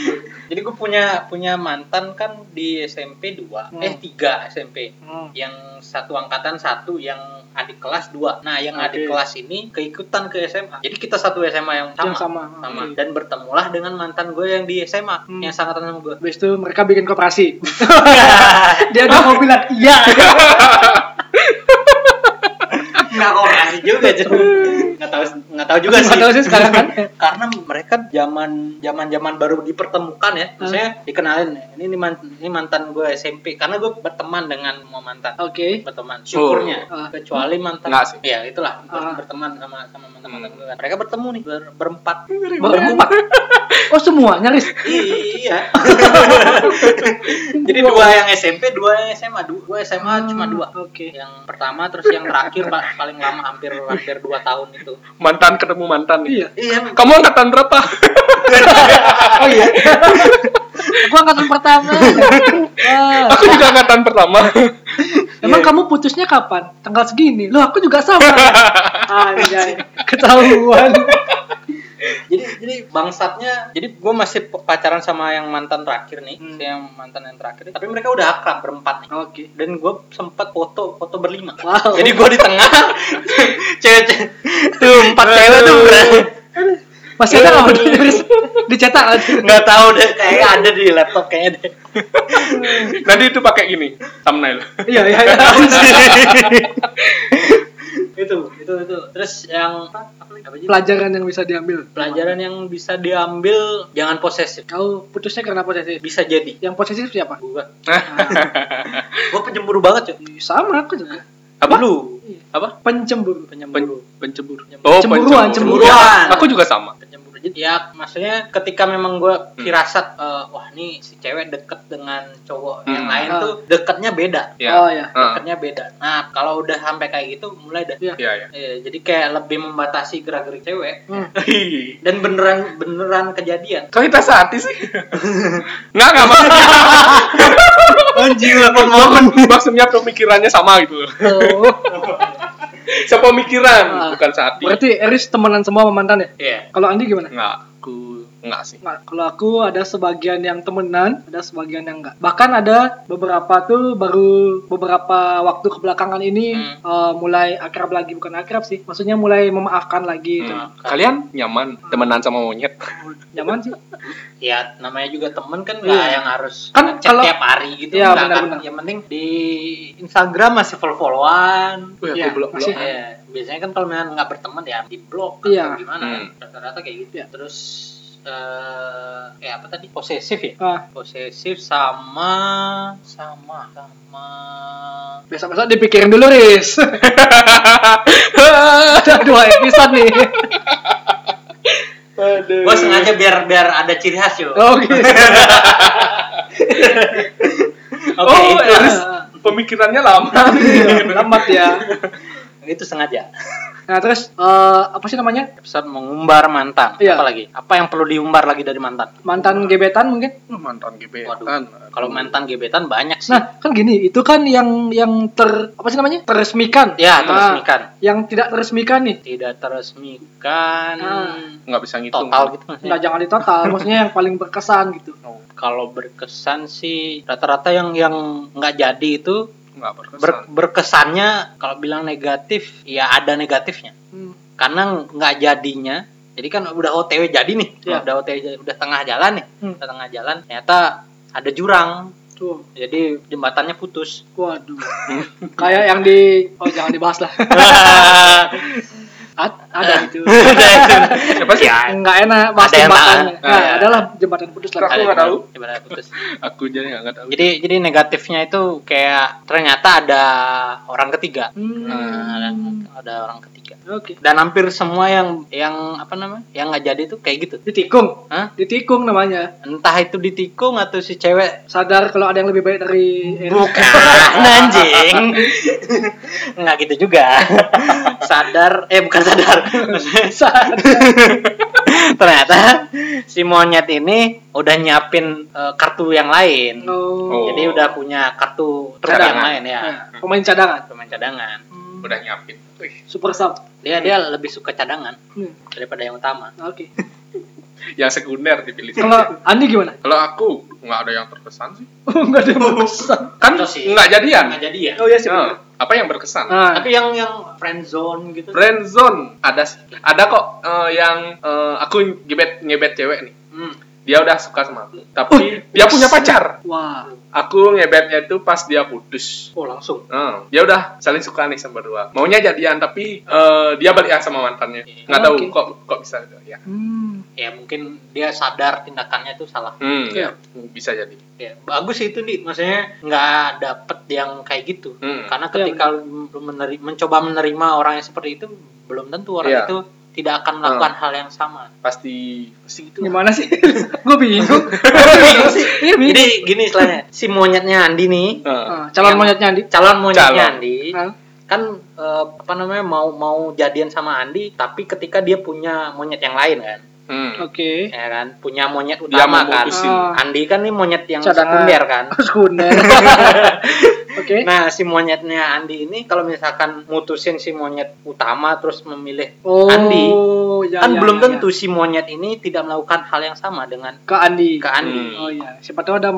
Speaker 2: jadi gue punya punya mantan kan di SMP dua
Speaker 3: Hmm.
Speaker 2: eh tiga SMP
Speaker 3: Hmm.
Speaker 2: yang satu angkatan satu yang adik kelas dua nah yang adik
Speaker 3: Oke.
Speaker 2: kelas ini keikutan ke SMA jadi kita satu SMA yang sama
Speaker 3: yang sama
Speaker 2: sama
Speaker 1: Oke.
Speaker 2: dan bertemulah dengan mantan gue yang di SMA
Speaker 3: Hmm.
Speaker 2: yang sangat sama gue
Speaker 3: Habis itu mereka bikin koperasi. Dia udah mau bilang iya.
Speaker 2: nggak koperasi juga cuy nggak tahu nggak tahu juga sih
Speaker 3: Nggak tahu sih sekarang kan.
Speaker 2: karena mereka zaman zaman zaman baru dipertemukan ya maksudnya dikenalin ini ini, man- ini mantan gue SMP karena gue berteman dengan mau mantan
Speaker 3: Oke.
Speaker 2: berteman syukurnya
Speaker 3: Oh.
Speaker 2: kecuali mantan
Speaker 1: Enggak sih.
Speaker 2: ya itulah ber-
Speaker 3: Ah.
Speaker 2: berteman sama sama mantan mantan
Speaker 1: Hmm.
Speaker 2: gue mereka bertemu nih ber- berempat
Speaker 3: Berempat. Oh semuanya Riz.
Speaker 2: iya jadi dua yang SMP dua yang SMA Du- dua SMA
Speaker 3: Hmm.
Speaker 2: cuma dua
Speaker 3: Oke.
Speaker 2: yang pertama terus yang terakhir pa- paling lama hampir hampir dua tahun itu
Speaker 1: Mantan ketemu mantan nih.
Speaker 3: Iya.
Speaker 2: iya
Speaker 1: Kamu angkatan berapa?
Speaker 3: Oh iya. Aku angkatan pertama. Wah.
Speaker 1: Aku juga angkatan pertama.
Speaker 3: Emang kamu putusnya kapan? Tanggal segini. Loh, aku juga sama. Anjay. Ketahuan.
Speaker 2: jadi jadi bangsatnya jadi gue masih pe- pacaran sama yang mantan terakhir nih
Speaker 3: Hmm.
Speaker 2: si yang mantan yang terakhir tapi mereka udah akrab berempat nih
Speaker 3: Oke.
Speaker 2: dan gue sempet foto foto berlima
Speaker 3: Wow.
Speaker 2: jadi gue di tengah cewek cewek tuh empat cewek tuh
Speaker 3: Masih ada kamu Riz? dicetak aja.
Speaker 2: Nggak tahu deh, kayaknya ada di laptop kayaknya deh.
Speaker 1: Nanti itu pakai gini, thumbnail.
Speaker 3: Iya, iya, iya.
Speaker 2: itu, itu, itu. Terus yang apa, apa lagi? Apa aja?
Speaker 3: Pelajaran yang bisa diambil.
Speaker 2: Pelajaran yang bisa diambil jangan posesif.
Speaker 3: Kau putusnya karena posesif.
Speaker 2: Bisa jadi.
Speaker 3: Yang posesif siapa?
Speaker 2: Gua,
Speaker 3: Ah,
Speaker 2: gua penjemburu banget cuy.
Speaker 3: sama aku juga.
Speaker 1: Apa?
Speaker 2: Lu
Speaker 1: Apa?
Speaker 3: Pencemburu.
Speaker 1: Pen-
Speaker 2: penjemburu.
Speaker 1: pencemburu. Oh,
Speaker 3: Cemburuan,
Speaker 1: pencemburu.
Speaker 2: cemburuan.
Speaker 1: Aku juga sama.
Speaker 2: Penjemburu. Jadi, Ya, maksudnya ketika memang gua firasat eh, wah nih si cewek deket dengan cowok yang
Speaker 1: Hmm.
Speaker 2: lain
Speaker 3: Ah.
Speaker 2: tuh deketnya beda.
Speaker 1: Ya.
Speaker 3: Oh ya.
Speaker 1: Heeh.
Speaker 2: Deketnya beda. Nah, kalau udah sampai kayak gitu mulai dah.
Speaker 3: Iya.
Speaker 1: Iya, iya.
Speaker 2: Iya, jadi kayak lebih membatasi gerak-gerik cewek
Speaker 3: Hmm.
Speaker 2: dan beneran beneran kejadian.
Speaker 1: Kok kita sehati sih? Enggak, enggak maksudnya.
Speaker 2: Anjir,
Speaker 1: maksudnya pemikirannya sama gitu loh.
Speaker 3: Oh.
Speaker 1: Sepemikiran,
Speaker 3: Ah.
Speaker 1: bukan sehati.
Speaker 3: Berarti Eris temenan semua sama mantan ya?
Speaker 2: Iya.
Speaker 3: Kalau Andi gimana?
Speaker 1: Enggak, aku enggak sih.
Speaker 3: Nggak, kalau aku ada sebagian yang temenan, ada sebagian yang enggak. Bahkan ada beberapa tuh baru beberapa waktu kebelakangan ini
Speaker 2: Hmm.
Speaker 3: eh, mulai akrab lagi, bukan akrab sih. Maksudnya mulai memaafkan lagi gitu.
Speaker 1: Hmm. Kalian nyaman temenan sama monyet?
Speaker 3: Nyaman sih.
Speaker 2: Ya, namanya juga temen kan
Speaker 3: Iya.
Speaker 2: nggak yang harus
Speaker 3: Kan
Speaker 2: chat
Speaker 3: kalau-
Speaker 2: tiap hari gitu.
Speaker 3: Iya,
Speaker 2: nggak kan.
Speaker 3: benar-benar.
Speaker 2: Yang penting di Instagram masih follow-followan.
Speaker 1: Wih,
Speaker 3: Iya,
Speaker 1: aku blok-blok.
Speaker 3: masih.
Speaker 2: Iya, biasanya kan kalau memang nggak berteman ya di blok atau
Speaker 3: Iya.
Speaker 2: gimana.
Speaker 1: Hmm.
Speaker 2: Rata-rata kayak gitu.
Speaker 3: Iya.
Speaker 2: Terus eh kayak apa tadi? Posesif ya?
Speaker 3: Ah,
Speaker 2: Posesif sama sama sama
Speaker 3: besok-besok dipikirin dulu, Riz. Ada dua episode nih.
Speaker 1: Aduh.
Speaker 2: Gue sengaja biar biar ada ciri khas yo. Oke
Speaker 3: Oke.
Speaker 1: Oh,
Speaker 2: itu
Speaker 1: Eris pemikirannya lama.
Speaker 3: Selamat ya. iya.
Speaker 2: itu sengaja.
Speaker 3: Nah, terus eh, apa sih namanya?
Speaker 2: Episode mengumbar mantan.
Speaker 3: Iya.
Speaker 2: Apa lagi? Apa yang perlu diumbar lagi dari mantan?
Speaker 3: Mantan gebetan mungkin?
Speaker 1: Mantan gebetan.
Speaker 2: Waduh. Kalau mantan gebetan banyak sih.
Speaker 3: Nah, kan gini, itu kan yang yang ter apa sih namanya? Teresmikan.
Speaker 2: ya
Speaker 3: Nah,
Speaker 2: teresmikan.
Speaker 3: yang tidak teresmikan nih.
Speaker 2: Tidak teresmikan
Speaker 3: Ah.
Speaker 1: nggak bisa ngitung.
Speaker 2: total gitu maksudnya.
Speaker 3: Nggak jangan di total, maksudnya yang paling berkesan gitu.
Speaker 1: Oh.
Speaker 2: Kalau berkesan sih rata-rata yang yang nggak jadi itu
Speaker 1: Nggak berkesan.
Speaker 2: ber- berkesannya kalau bilang negatif ya ada negatifnya.
Speaker 3: Hmm.
Speaker 2: karena nggak jadinya jadi kan udah OTW jadi nih
Speaker 3: Iya.
Speaker 2: udah OTW jadi- udah tengah jalan nih
Speaker 3: Hmm.
Speaker 2: udah tengah jalan ternyata ada jurang
Speaker 3: Tuh,
Speaker 2: jadi jembatannya putus
Speaker 3: waduh. Kayak yang di oh jangan dibahas lah. A- ada gitu.
Speaker 1: Siapa sih?
Speaker 2: Ya,
Speaker 3: Nggak enak bahas
Speaker 2: Ada yang
Speaker 3: jembatan.
Speaker 2: tak-
Speaker 3: Nah,
Speaker 1: ya.
Speaker 3: adalah jembatan putus lah.
Speaker 1: Aku nggak tahu.
Speaker 2: jembatan putus
Speaker 1: Aku jadi nggak tahu.
Speaker 2: jadi jadi negatifnya itu kayak ternyata ada orang ketiga
Speaker 3: Hmm.
Speaker 2: Nah, ada orang ketiga
Speaker 3: Oke.
Speaker 2: dan hampir semua yang yang apa namanya yang nggak jadi itu kayak gitu
Speaker 3: Ditikung.
Speaker 2: Hah?
Speaker 3: Ditikung namanya.
Speaker 2: entah itu ditikung atau si cewek
Speaker 3: Sadar kalau ada yang lebih baik dari Eris.
Speaker 2: Bukan anjing. Enggak gitu juga. Sadar eh bukan sadar.
Speaker 3: Sadar.
Speaker 2: Ternyata si monyet ini udah nyiapin eh, kartu yang lain.
Speaker 3: Oh.
Speaker 2: Jadi udah punya kartu truk
Speaker 1: Cadangan.
Speaker 2: yang lain ya.
Speaker 3: Nah, pemain cadangan.
Speaker 2: Pemain cadangan.
Speaker 3: Hmm.
Speaker 1: Udah nyiapin. Wih,
Speaker 3: Super sub.
Speaker 2: Dia dia lebih suka cadangan
Speaker 3: Hmm.
Speaker 2: daripada yang utama.
Speaker 3: Oke.
Speaker 1: Yang sekunder dipilih.
Speaker 3: Kalau Andi gimana?
Speaker 1: Kalau aku nggak ada yang terkesan sih.
Speaker 3: Oh, nggak ada yang berkesan.
Speaker 1: Kan
Speaker 2: Itu sih.
Speaker 1: nggak jadian.
Speaker 2: Nggak jadi ya.
Speaker 3: Oh iya sih.
Speaker 1: Nah, apa yang berkesan?
Speaker 3: Nah,
Speaker 2: Tapi yang yang friend zone gitu.
Speaker 1: Friend zone ada sih. Ada kok eh, yang eh, aku ngebet ngebet cewek nih.
Speaker 2: Hmm.
Speaker 1: Dia udah suka sama aku, tapi dia punya pacar.
Speaker 3: wah.
Speaker 1: Aku ngebetnya itu pas dia putus.
Speaker 2: Oh langsung.
Speaker 1: Nah, dia udah saling suka nih sama berdua. Maunya jadian tapi eh, dia balikan sama mantannya. Nggak
Speaker 3: Oh,
Speaker 1: tahu
Speaker 3: oke.
Speaker 1: kok kok bisa gitu, ya.
Speaker 3: Hmm.
Speaker 2: Ya mungkin dia sadar tindakannya itu salah.
Speaker 1: Hmm,
Speaker 3: Iya.
Speaker 1: ya, bisa jadi.
Speaker 2: Ya, bagus sih itu nih maksudnya nggak dapet yang kayak gitu
Speaker 1: Hmm.
Speaker 2: karena
Speaker 3: Ya,
Speaker 2: ketika lu meneri- mencoba menerima orang yang seperti itu belum tentu orang
Speaker 1: Iya.
Speaker 2: itu tidak akan melakukan
Speaker 1: Ah.
Speaker 2: hal yang sama
Speaker 1: Pasti pasti gitu.
Speaker 3: Gimana sih? Gue bingung. Iya bingung.
Speaker 2: jadi gini istilahnya si monyetnya Andi nih
Speaker 1: Nah,
Speaker 3: Ah, calon
Speaker 2: Yang-
Speaker 3: monyetnya Andi.
Speaker 2: calon monyetnya
Speaker 1: Calon.
Speaker 2: Andi
Speaker 3: Ah,
Speaker 2: kan eh, apa namanya mau mau jadian sama Andi tapi ketika dia punya monyet yang lain kan
Speaker 1: hmm.
Speaker 3: Oke.
Speaker 2: ya kan punya monyet
Speaker 1: Dia
Speaker 2: utama kan
Speaker 1: memutusin.
Speaker 3: Ah.
Speaker 2: Andi kan nih monyet yang
Speaker 3: Cadangan.
Speaker 2: sekunder kan
Speaker 3: Sekunder. Oke.
Speaker 2: Nah, si monyetnya Andi ini kalau misalkan mutusin si monyet utama terus memilih
Speaker 3: Oh,
Speaker 2: Andi.
Speaker 3: ya,
Speaker 2: kan
Speaker 3: ya,
Speaker 2: belum
Speaker 3: ya,
Speaker 2: tentu
Speaker 3: ya.
Speaker 2: si monyet ini tidak melakukan hal yang sama dengan
Speaker 3: ke Andi.
Speaker 2: ke Andi.
Speaker 1: Hmm.
Speaker 3: Oh iya, siapa tahu ada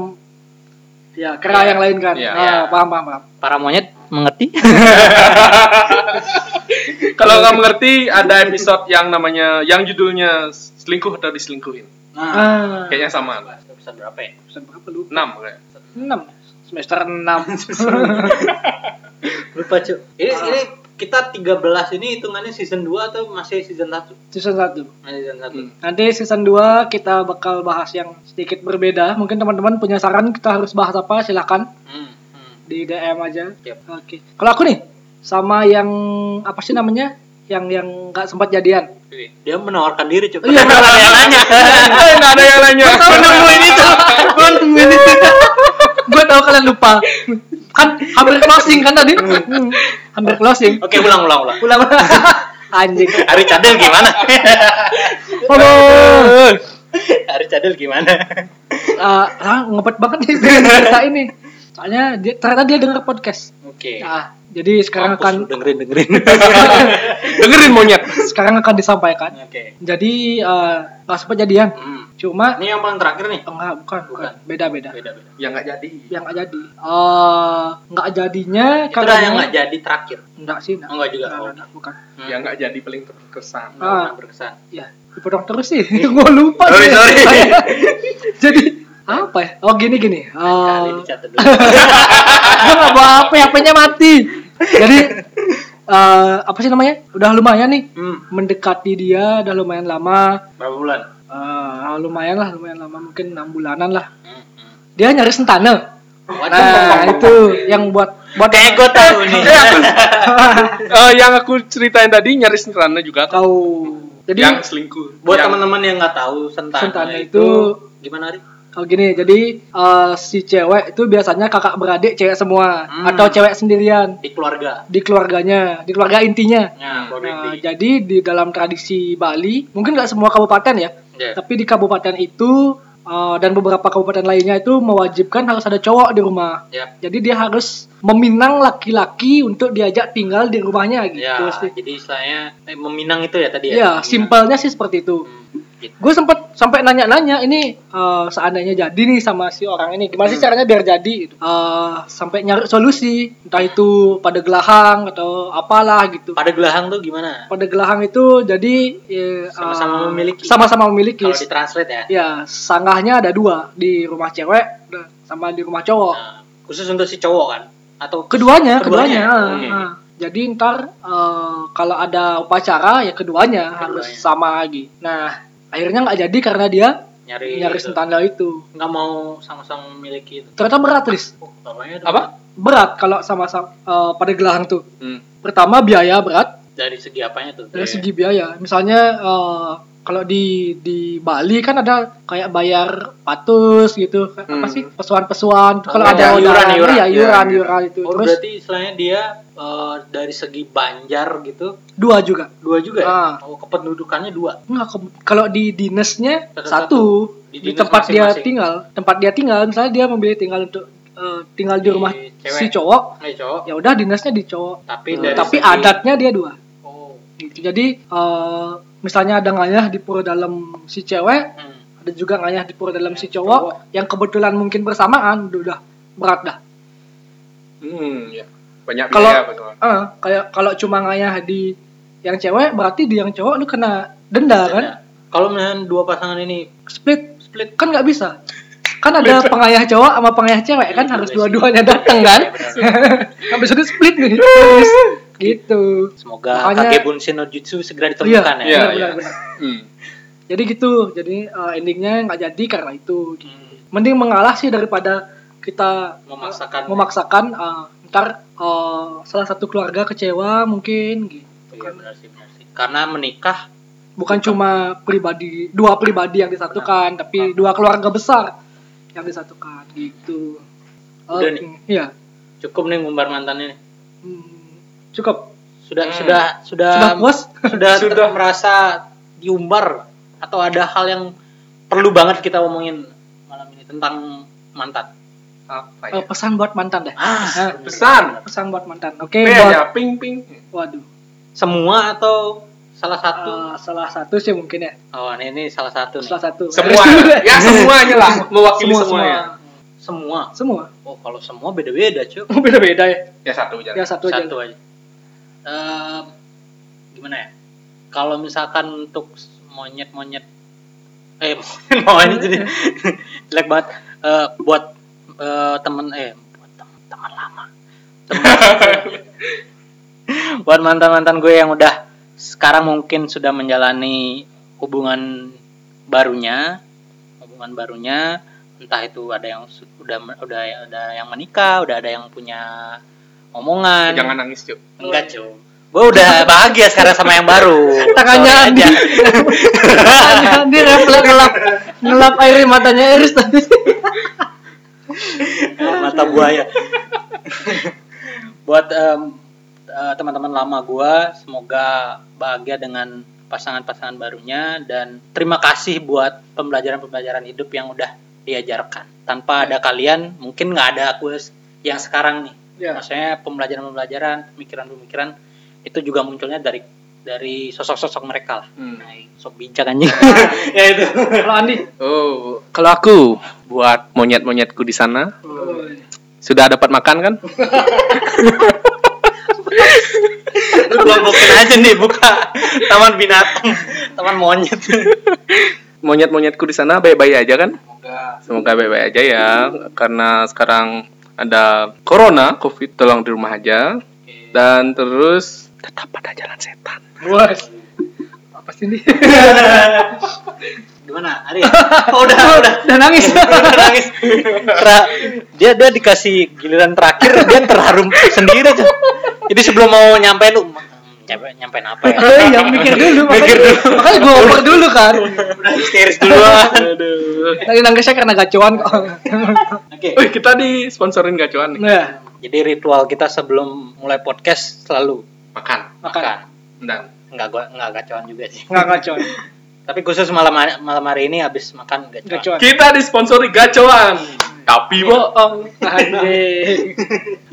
Speaker 3: ya kera
Speaker 2: Iya.
Speaker 3: yang lain kan.
Speaker 1: Iya.
Speaker 3: Ah,
Speaker 2: Iya.
Speaker 3: paham paham paham.
Speaker 2: Para monyet mengerti?
Speaker 1: Kalau nggak mengerti ada episode yang namanya yang judulnya selingkuh atau diselingkuhin.
Speaker 2: Nah,
Speaker 3: Ah,
Speaker 1: Kayaknya sama.
Speaker 2: episode berapa ya?
Speaker 3: semester berapa lu?
Speaker 1: 6 kayak.
Speaker 3: 6 semester 6
Speaker 2: Lupa cuy. Ini
Speaker 3: Ah.
Speaker 2: ini kita 13 ini hitungannya season 2 atau masih season 1?
Speaker 3: season 1
Speaker 2: Masih season 1.
Speaker 1: Hmm.
Speaker 3: Nanti season 2 kita bakal bahas yang sedikit berbeda. Mungkin teman-teman punya saran kita harus bahas apa silahkan
Speaker 2: Hmm. hmm.
Speaker 3: di DM aja.
Speaker 2: Yep.
Speaker 3: Oke. Kalau aku nih sama yang apa sih namanya? Yang yang nggak sempat jadian.
Speaker 2: Dia menawarkan diri cuy.
Speaker 3: Iya, menawarkan
Speaker 2: yang nanya.
Speaker 1: Eh, nggak ada yang nanya.
Speaker 3: nungguin itu. Gue nungguin itu. Gue tahu kalian lupa. Kan hampir closing kan tadi? Hmm, hampir closing.
Speaker 2: Oke, ulang ulang ulang.
Speaker 3: Ulang. Anjing.
Speaker 2: Ari Cadel gimana?
Speaker 3: Halo.
Speaker 2: Ari Cadel gimana?
Speaker 3: Eh, ah, ngepet banget nih cerita ini. Soalnya dia, ternyata dia denger podcast.
Speaker 2: Oke. kan-
Speaker 3: Ah, jadi sekarang
Speaker 2: Mampus,
Speaker 3: akan
Speaker 2: lu dengerin dengerin.
Speaker 1: Dengerin monyet.
Speaker 3: sekarang akan disampaikan.
Speaker 2: Oke.
Speaker 3: Jadi eh, nggak sempat jadian.
Speaker 2: Hmm.
Speaker 3: Cuma
Speaker 2: Ini yang paling terakhir nih.
Speaker 3: enggak bukan, bukan.
Speaker 2: Bukan.
Speaker 3: Beda-beda.
Speaker 2: Beda-beda.
Speaker 1: Ya nggak jadi.
Speaker 3: Yang nggak jadi. Eh, nggak jadinya
Speaker 2: Itu
Speaker 3: karena
Speaker 2: dah yang nggak jadi terakhir.
Speaker 3: Nggak sih. Enggak,
Speaker 2: Enggak juga. Oh.
Speaker 3: bukan.
Speaker 2: Hmm.
Speaker 1: Ya nggak jadi paling terkesan.
Speaker 2: Nggak
Speaker 3: Ah.
Speaker 2: pernah berkesan.
Speaker 3: Ya, dipotong terus sih.
Speaker 2: Iya.
Speaker 3: Gua lupa.
Speaker 1: Sorry,
Speaker 3: sih. Iya.
Speaker 1: sorry.
Speaker 3: jadi apa ya? Oh gini gini.
Speaker 2: Kali
Speaker 3: Eh,
Speaker 2: dicatat dulu.
Speaker 3: gue gak bawa HP, HP-nya mati. Jadi eh, apa sih namanya? Udah lumayan nih
Speaker 2: Hmm.
Speaker 3: mendekati dia, udah lumayan lama.
Speaker 2: Berapa bulan?
Speaker 3: Eh, lumayan lah, lumayan lama mungkin enam bulanan lah.
Speaker 2: Hmm. hmm.
Speaker 3: Dia nyari sentane.
Speaker 2: Waduh.
Speaker 3: Nah itu yang buat buat
Speaker 2: Kayak gue tahu nih.
Speaker 1: Eh, yang aku ceritain tadi nyaris serana juga.
Speaker 3: kau. Jadi
Speaker 1: yang selingkuh.
Speaker 2: Buat
Speaker 1: Yang-
Speaker 2: teman-teman yang nggak tahu sentana,
Speaker 3: Sentana
Speaker 2: itu,
Speaker 3: itu-
Speaker 2: gimana Ari?
Speaker 3: oh gini, jadi eh, si cewek itu biasanya kakak beradik cewek semua
Speaker 2: Hmm.
Speaker 3: atau cewek sendirian
Speaker 2: Di keluarga.
Speaker 3: di keluarganya, di keluarga intinya.
Speaker 1: Ya,
Speaker 2: Nah,
Speaker 3: Nah,
Speaker 2: keluarga inti.
Speaker 3: jadi di dalam tradisi Bali, mungkin nggak semua kabupaten ya,
Speaker 2: Ya.
Speaker 3: tapi di kabupaten itu eh, dan beberapa kabupaten lainnya itu mewajibkan harus ada cowok di rumah.
Speaker 2: Ya.
Speaker 3: Jadi dia harus meminang laki-laki untuk diajak tinggal di rumahnya gitu
Speaker 2: Ya,
Speaker 3: sih.
Speaker 2: jadi istilahnya eh, meminang itu ya tadi
Speaker 3: Ya,
Speaker 2: ya. Meminang.
Speaker 3: simpelnya sih seperti itu.
Speaker 2: Hmm, gitu.
Speaker 3: Gue sempet sampai nanya-nanya ini eh, seandainya jadi nih sama si orang ini gimana sih
Speaker 2: Hmm.
Speaker 3: caranya biar jadi gitu. Eh, sampai nyari solusi entah itu pada gelahang atau apalah gitu.
Speaker 2: Pada gelahang tuh gimana?
Speaker 3: Pada gelahang itu jadi eh,
Speaker 2: Sama-sama
Speaker 3: eh,
Speaker 2: memiliki.
Speaker 3: Sama-sama memiliki.
Speaker 2: Kalau ditranslate ya.
Speaker 3: Ya, sanggahnya ada dua di rumah cewek sama di rumah cowok.
Speaker 2: Nah, khusus untuk si cowok kan? Atau
Speaker 3: keduanya
Speaker 2: Keduanya.
Speaker 3: keduanya,
Speaker 1: Oke.
Speaker 3: ah, ah. jadi ntar eh, kalau ada upacara ya keduanya, harus sama lagi nah akhirnya nggak jadi karena dia
Speaker 2: nyari
Speaker 3: nyari
Speaker 2: itu.
Speaker 3: sentanda itu
Speaker 2: nggak mau sama-sama memiliki itu.
Speaker 3: ternyata berat Riz
Speaker 2: Oh, namanya dong.
Speaker 1: apa?
Speaker 3: berat kalau sama sama pada gelahang tuh
Speaker 1: Hmm.
Speaker 3: pertama biaya berat
Speaker 2: Dari segi apanya tuh?
Speaker 3: dari
Speaker 1: Iya.
Speaker 3: segi biaya misalnya eh, kalau di di Bali kan ada kayak bayar patus gitu apa
Speaker 1: Hmm.
Speaker 3: sih pesuan-pesuan kalau
Speaker 2: Oh,
Speaker 3: ada
Speaker 2: yuran,
Speaker 3: undangan,
Speaker 2: yuran.
Speaker 3: iya, yuran
Speaker 1: Iya,
Speaker 3: yuran itu
Speaker 2: Oh,
Speaker 3: terus
Speaker 2: berarti istilahnya dia eh, dari segi Banjar gitu
Speaker 3: dua juga
Speaker 2: dua juga ya?
Speaker 3: Ah.
Speaker 2: Oh, kependudukannya dua.
Speaker 3: Nggak, ke- kalau di dinasnya
Speaker 2: Satu-satu.
Speaker 3: satu,
Speaker 2: Di
Speaker 3: di
Speaker 2: dinas
Speaker 3: tempat dia
Speaker 2: masing-masing.
Speaker 3: tinggal, tempat dia tinggal misalnya dia memilih tinggal untuk eh, tinggal di
Speaker 2: Di
Speaker 3: rumah
Speaker 2: cewek.
Speaker 3: si cowok,
Speaker 2: Eh, cowok.
Speaker 3: ya udah dinasnya di cowok.
Speaker 2: Tapi
Speaker 1: Hmm.
Speaker 2: dari
Speaker 3: Tapi
Speaker 2: segi-
Speaker 3: adatnya dia dua.
Speaker 2: Oh.
Speaker 3: Gitu. Jadi eh, misalnya ada ngayah di pura dalam si cewek,
Speaker 2: Hmm.
Speaker 3: ada juga ngayah di pura dalam si cowok yang kebetulan mungkin bersamaan, udah udah berat dah.
Speaker 1: Hmm, ya. Banyak
Speaker 3: Kalau-
Speaker 1: biaya betul.
Speaker 3: Eh, kayak kalau cuma ngayah di yang cewek berarti di yang cowok lu kena denda kan?
Speaker 2: Nah, Kalau misalnya dua pasangan ini
Speaker 3: Split
Speaker 2: split
Speaker 3: kan nggak bisa kan ada pengayah cowok sama pengayah cewek kan
Speaker 1: Iya,
Speaker 3: harus dua-duanya datang kan habis itu split
Speaker 1: Iya,
Speaker 3: nih terus gitu
Speaker 2: Semoga
Speaker 3: Makanya-
Speaker 2: kakek Bunshin no Jutsu segera
Speaker 3: iya
Speaker 2: ditemukan ya.
Speaker 1: Iya,
Speaker 3: benar,
Speaker 1: iya.
Speaker 3: benar, benar.
Speaker 1: Hmm.
Speaker 3: jadi gitu jadi eh, endingnya nggak jadi karena itu mending mengalah sih daripada kita
Speaker 2: Hmm. Memaksakan.
Speaker 3: memaksakan eh, ntar eh, salah satu keluarga kecewa mungkin gitu
Speaker 2: Iya, benar sih, benar sih. Karena menikah
Speaker 3: bukan cuma pribadi dua pribadi yang disatukan tapi dua keluarga besar yang disatukan gitu
Speaker 2: Udah
Speaker 3: Oke,
Speaker 2: nih.
Speaker 3: iya
Speaker 2: cukup nih ngumbar mantan ini.
Speaker 3: Hmm, cukup
Speaker 2: Sudah
Speaker 1: Hmm.
Speaker 2: sudah sudah
Speaker 3: sudah puas
Speaker 2: sudah,
Speaker 1: Sudah.
Speaker 2: merasa diumbar atau ada hal yang perlu banget kita omongin malam ini tentang mantan.
Speaker 1: Apa ya?
Speaker 3: Eh, pesan buat mantan deh
Speaker 2: Ah,
Speaker 3: Ah,
Speaker 1: Pesan.
Speaker 3: pesan buat mantan oke
Speaker 1: P
Speaker 3: buat
Speaker 1: ya, ping ping.
Speaker 3: waduh
Speaker 2: semua atau salah satu?
Speaker 3: eh, salah satu sih mungkin ya
Speaker 2: Oh, ini, ini salah satu nih.
Speaker 3: salah satu
Speaker 1: Semua. ya semuanya lah, mewakili
Speaker 3: semua semua
Speaker 1: semuanya.
Speaker 2: Semua.
Speaker 3: semua
Speaker 2: Oh, kalau semua beda-beda, Cuk.
Speaker 3: beda beda ya
Speaker 1: Ya satu aja.
Speaker 3: ya satu, aja
Speaker 2: satu aja. Ehm, gimana ya? Kalau misalkan untuk monyet-monyet eh mau ini jadi jelek banget Eh, buat eh, temen eh buat temen, teman lama Temen- buat mantan mantan gue yang udah sekarang mungkin sudah menjalani hubungan barunya hubungan barunya entah itu ada yang su- udah men- udah ya, ada yang menikah udah ada yang punya omongan
Speaker 1: Eh, Jangan nangis, Cuk.
Speaker 2: enggak cuy gue udah bahagia sekarang sama yang baru
Speaker 3: Tangannya
Speaker 2: Sorry
Speaker 3: Andi.
Speaker 2: aja.
Speaker 3: Tangannya Andi refleks ngelap ngelap air matanya Iris tadi.
Speaker 2: mata buaya buat em, eh, teman-teman lama gua semoga bahagia dengan pasangan-pasangan barunya dan terima kasih buat pembelajaran-pembelajaran hidup yang udah diajarkan tanpa ada kalian mungkin nggak ada aku yang sekarang nih
Speaker 3: Ya.
Speaker 2: maksudnya pembelajaran-pembelajaran pemikiran-pemikiran itu juga munculnya dari dari sosok-sosok mereka lah sok bijak anjing ya itu
Speaker 3: Kalau Andi,
Speaker 1: Oh, kalau aku buat monyet-monyetku di sana sudah dapat makan kan?
Speaker 2: lu gelombokin aja nih buka taman binatang taman monyet
Speaker 1: Monyet-monyetku di sana baik-baik aja kan?
Speaker 2: semoga
Speaker 1: Semoga baik-baik aja ya karena sekarang ada corona, covid tolong di rumah aja dan terus tetap pada jalan setan.
Speaker 3: bos. Apa sih ini?
Speaker 2: gimana Ari oh, udah udah
Speaker 3: Udah nangis.
Speaker 2: Udah nangis Tra- dia dia dikasih giliran terakhir dia terharu sendiri aja jadi sebelum mau nyampe lu nyampe nyampein apa ya
Speaker 3: Eh, yang mikir dulu makanya, makanya gue over dulu kan.
Speaker 2: udah histeris duluan
Speaker 1: Aduh.
Speaker 3: Tadi nangisnya karena gacuan kok.
Speaker 2: oke
Speaker 1: Wih, kita disponsorin gacuan nih.
Speaker 3: Nah,
Speaker 2: jadi ritual kita sebelum mulai podcast selalu
Speaker 1: Makan.
Speaker 3: makan.
Speaker 1: Dan
Speaker 2: nggak gua nggak gacuan juga sih
Speaker 3: Enggak gacuan.
Speaker 2: tapi khusus malam hari- malam hari ini habis makan gacuan
Speaker 3: Gacuan.
Speaker 1: kita disponsori gacuan. Tapi bohong.
Speaker 3: Anjing.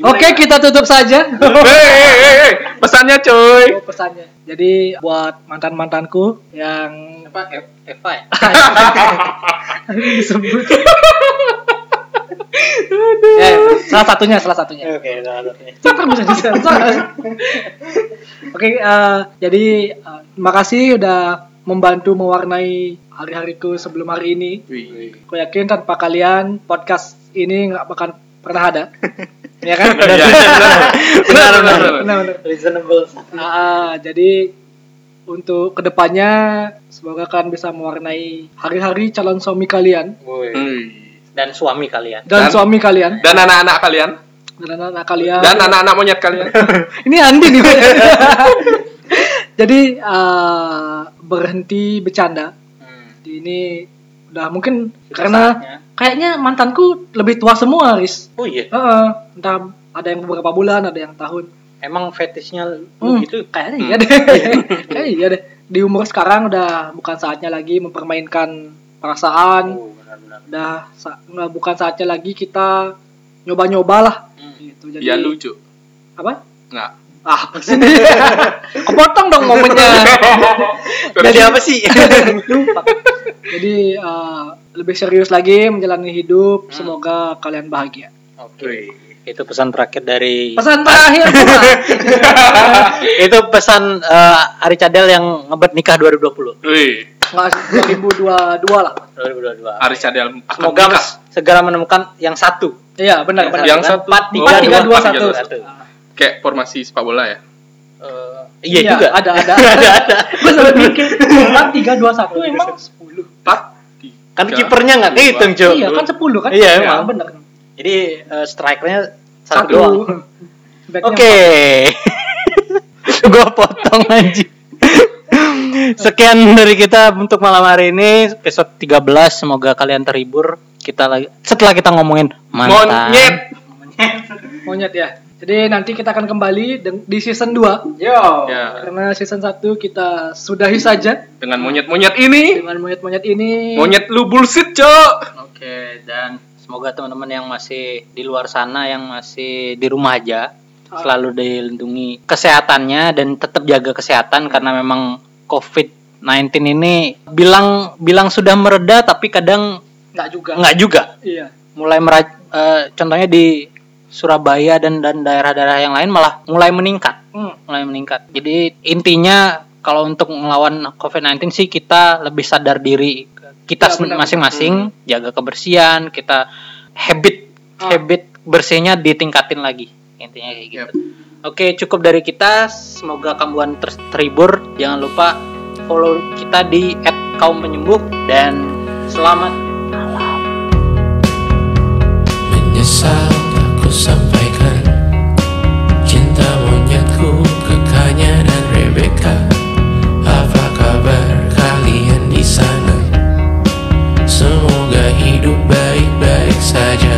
Speaker 3: Oke, kita tutup saja.
Speaker 1: Hei, hei, hei, hei, pesannya cuy.
Speaker 3: Gua pesannya. Jadi buat mantan-mantanku yang
Speaker 2: apa Ev- Eva ya
Speaker 3: disebut. eh, salah satunya, salah satunya.
Speaker 2: oke salah satunya.
Speaker 3: Itu ntar bisa disensor. Oke, eh, jadi eh, terima kasih udah membantu mewarnai hari-hariku sebelum hari ini. Gue yakin tanpa kalian podcast ini nggak akan pernah ada. ya kan?
Speaker 1: Iya, iya, benar, benar, benar.
Speaker 3: Benar-benar.
Speaker 2: reasonable
Speaker 3: Ah, jadi untuk kedepannya semoga kalian bisa mewarnai hari-hari calon suami kalian
Speaker 1: Wih.
Speaker 2: dan suami kalian
Speaker 3: dan,
Speaker 1: Dan-
Speaker 3: suami kalian
Speaker 1: Hmm. Dan anak-anak kalian,
Speaker 3: dan anak-anak kalian.
Speaker 1: dan anak-anak monyet kalian.
Speaker 3: Ini Andi nih. jadi ah, berhenti bercanda.
Speaker 2: Hmm.
Speaker 3: Jadi Ini udah mungkin karena kayaknya mantanku lebih tua semua, Riz.
Speaker 2: oh iya
Speaker 3: Heeh, entah ada yang beberapa bulan, ada yang tahun.
Speaker 2: emang fetishnya lu
Speaker 3: Hmm,
Speaker 2: gitu
Speaker 3: kayaknya iya deh. kayaknya iya deh. Di umur sekarang udah bukan saatnya lagi mempermainkan perasaan.
Speaker 2: oh benar-benar
Speaker 3: Udah sa- nggak- bukan saatnya lagi kita nyoba-nyoba lah.
Speaker 2: Hmm.
Speaker 3: Gitu. Jadi
Speaker 1: Ya lucu. Nah.
Speaker 3: apa?
Speaker 1: Nggak.
Speaker 3: Ah, apa sih? Kepotong dong momennya.
Speaker 2: jadi apa sih
Speaker 3: Lupa. Jadi eh, lebih serius lagi menjalani hidup. Semoga kalian bahagia.
Speaker 2: oke
Speaker 1: Wih.
Speaker 2: itu pesan terakhir dari
Speaker 3: Pesan terakhir Bang.
Speaker 2: itu pesan eh, Ari Cadel yang ngebet nikah 2020
Speaker 1: Wih.
Speaker 3: Nggak, 2022 lah.
Speaker 2: 2022
Speaker 1: Aris Cadel akan
Speaker 2: semoga
Speaker 1: nikah.
Speaker 2: mes- segera menemukan yang satu
Speaker 3: Iya, benar benar.
Speaker 1: Yang
Speaker 2: kan?
Speaker 1: satu.
Speaker 2: empat
Speaker 1: Oh,
Speaker 2: tiga
Speaker 1: tiga, dua,
Speaker 2: dua satu
Speaker 1: satu. kayak formasi sepak bola ya.
Speaker 2: Eh, iya juga
Speaker 3: Ada ada. ada ada. Gue sempat mikir empat tiga dua satu emang sepuluh.
Speaker 1: Empat.
Speaker 2: kan
Speaker 1: tiga,
Speaker 2: kipernya nggak
Speaker 1: dua.
Speaker 2: dihitung cuy
Speaker 3: Iya kan sepuluh kan?
Speaker 2: Iya,
Speaker 1: emang.
Speaker 3: benar.
Speaker 2: jadi eh, strikernya satu,
Speaker 1: Satu.
Speaker 2: doang
Speaker 3: Backnya
Speaker 2: Oke. Gua potong anjing. Sekian dari kita untuk malam hari ini episode 13 semoga kalian terhibur. Kita lagi setelah kita ngomongin mantan.
Speaker 1: Monyet.
Speaker 3: empat. monyet ya. Jadi nanti kita akan kembali deng- di season 2
Speaker 2: Yo.
Speaker 1: Ya,
Speaker 3: karena season 1 kita sudahi saja
Speaker 1: dengan monyet-monyet ini,
Speaker 3: dengan monyet-monyet ini.
Speaker 1: monyet lu bullshit, Cok.
Speaker 2: Oke, dan semoga teman-teman yang masih di luar sana yang masih di rumah aja selalu dilindungi kesehatannya dan tetap jaga kesehatan karena memang COVID-19 ini bilang bilang sudah mereda tapi kadang
Speaker 3: Enggak juga.
Speaker 2: nggak juga.
Speaker 3: Iya.
Speaker 2: mulai mera- eh, contohnya di Surabaya dan dan daerah-daerah yang lain malah mulai meningkat,
Speaker 3: Hmm.
Speaker 2: mulai meningkat. Jadi intinya kalau untuk melawan COVID-19 sih kita lebih sadar diri, kita
Speaker 3: Ya,
Speaker 2: sen-
Speaker 3: benar. Hmm.
Speaker 2: masing-masing jaga kebersihan kita habit
Speaker 3: Ah.
Speaker 2: habit bersihnya ditingkatin lagi intinya kayak gitu.
Speaker 1: Yap.
Speaker 2: Oke cukup dari kita semoga kambuhan ter- terhibur jangan lupa follow kita di @kaumpenyembuh dan selamat
Speaker 4: Menyesal aku sampaikan Cinta monyetku kekanya dan Rebecca Apa kabar kalian di sana? Semoga hidup baik-baik saja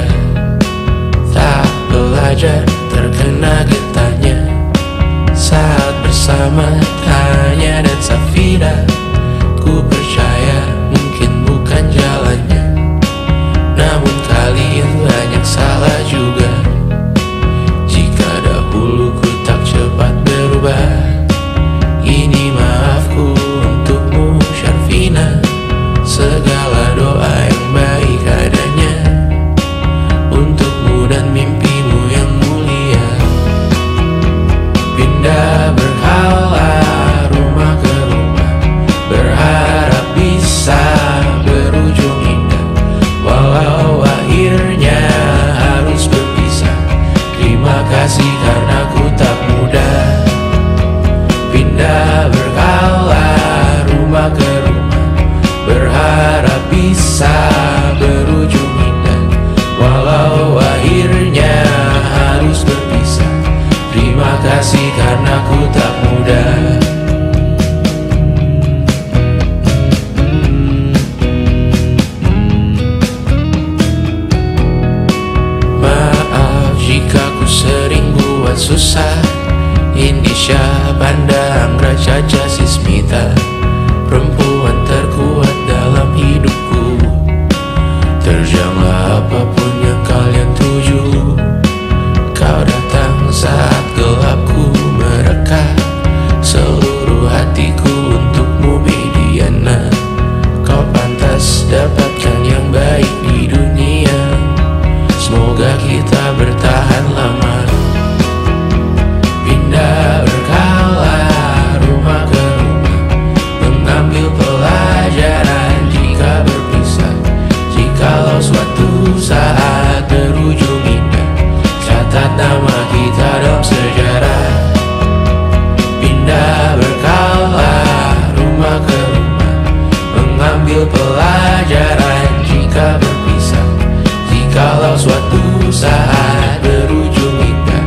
Speaker 4: Tak belajar terkena getahnya Saat bersama Tanya dan Safira Ku percaya mungkin bukan jalannya namun kalian banyak salah juga Jika dahulu ku tak cepat berubah Ini maafku untukmu Syarfina Segala doa yang baik adanya Untukmu dan mimpimu yang mulia Pindah berhala rumah ke rumah Berharap bisa berujung indah Walau akhirnya harus berpisah Terima kasih karena ku tak mudah Pindah berkala rumah ke rumah Berharap bisa berujung indah Walau akhirnya harus berpisah Terima kasih karena ku tak mudah Maaf jika ku sering buat susah Indonesia, Banda, Anggra, Caca, Sismita Perempuan terkuat dalam hidupku Terjanglah apapun yang kalian tuju Kau datang saat gelapku mereka Seluruh hatiku untukmu Mediana Kau pantas dapatkan yang baik di dunia Semoga kita bertahan lama Pindah berkala rumah ke rumah Mengambil pelajaran jika berpisah Jikalau suatu saat berujung indah Catat nama kita dalam sejarah Pindah berkala rumah ke rumah Mengambil pelajaran jika berpisah Jikalau suatu saat berujung indah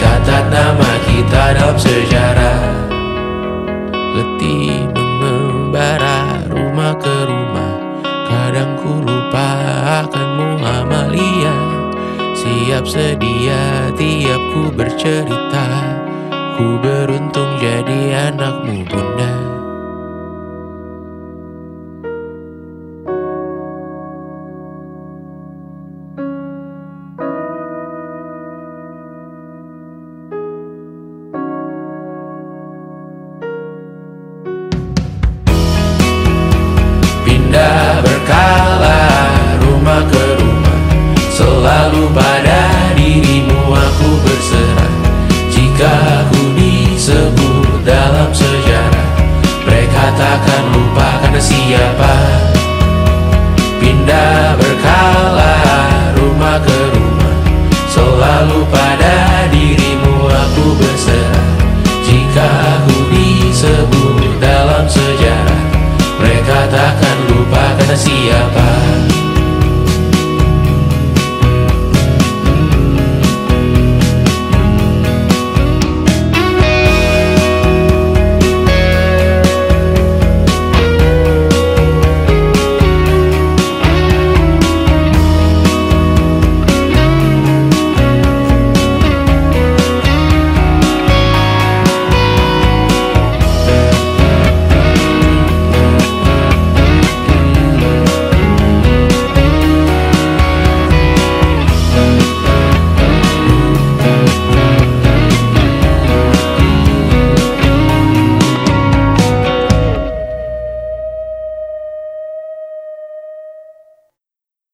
Speaker 4: Catat nama kita dalam sejarah Letih mengembara rumah ke rumah Kadang ku lupa akan Muhammadiyah Siap sedia tiap ku bercerita Ku beruntung jadi anakmu bunda Pindah berkala rumah ke rumah Selalu pada dirimu aku berserah Jika aku disebut dalam sejarah Mereka takkan lupakan siapa Pindah berkala rumah ke rumah Selalu pada dirimu aku berserah Jika aku disebut dalam sejarah Mereka takkan lupakan siapa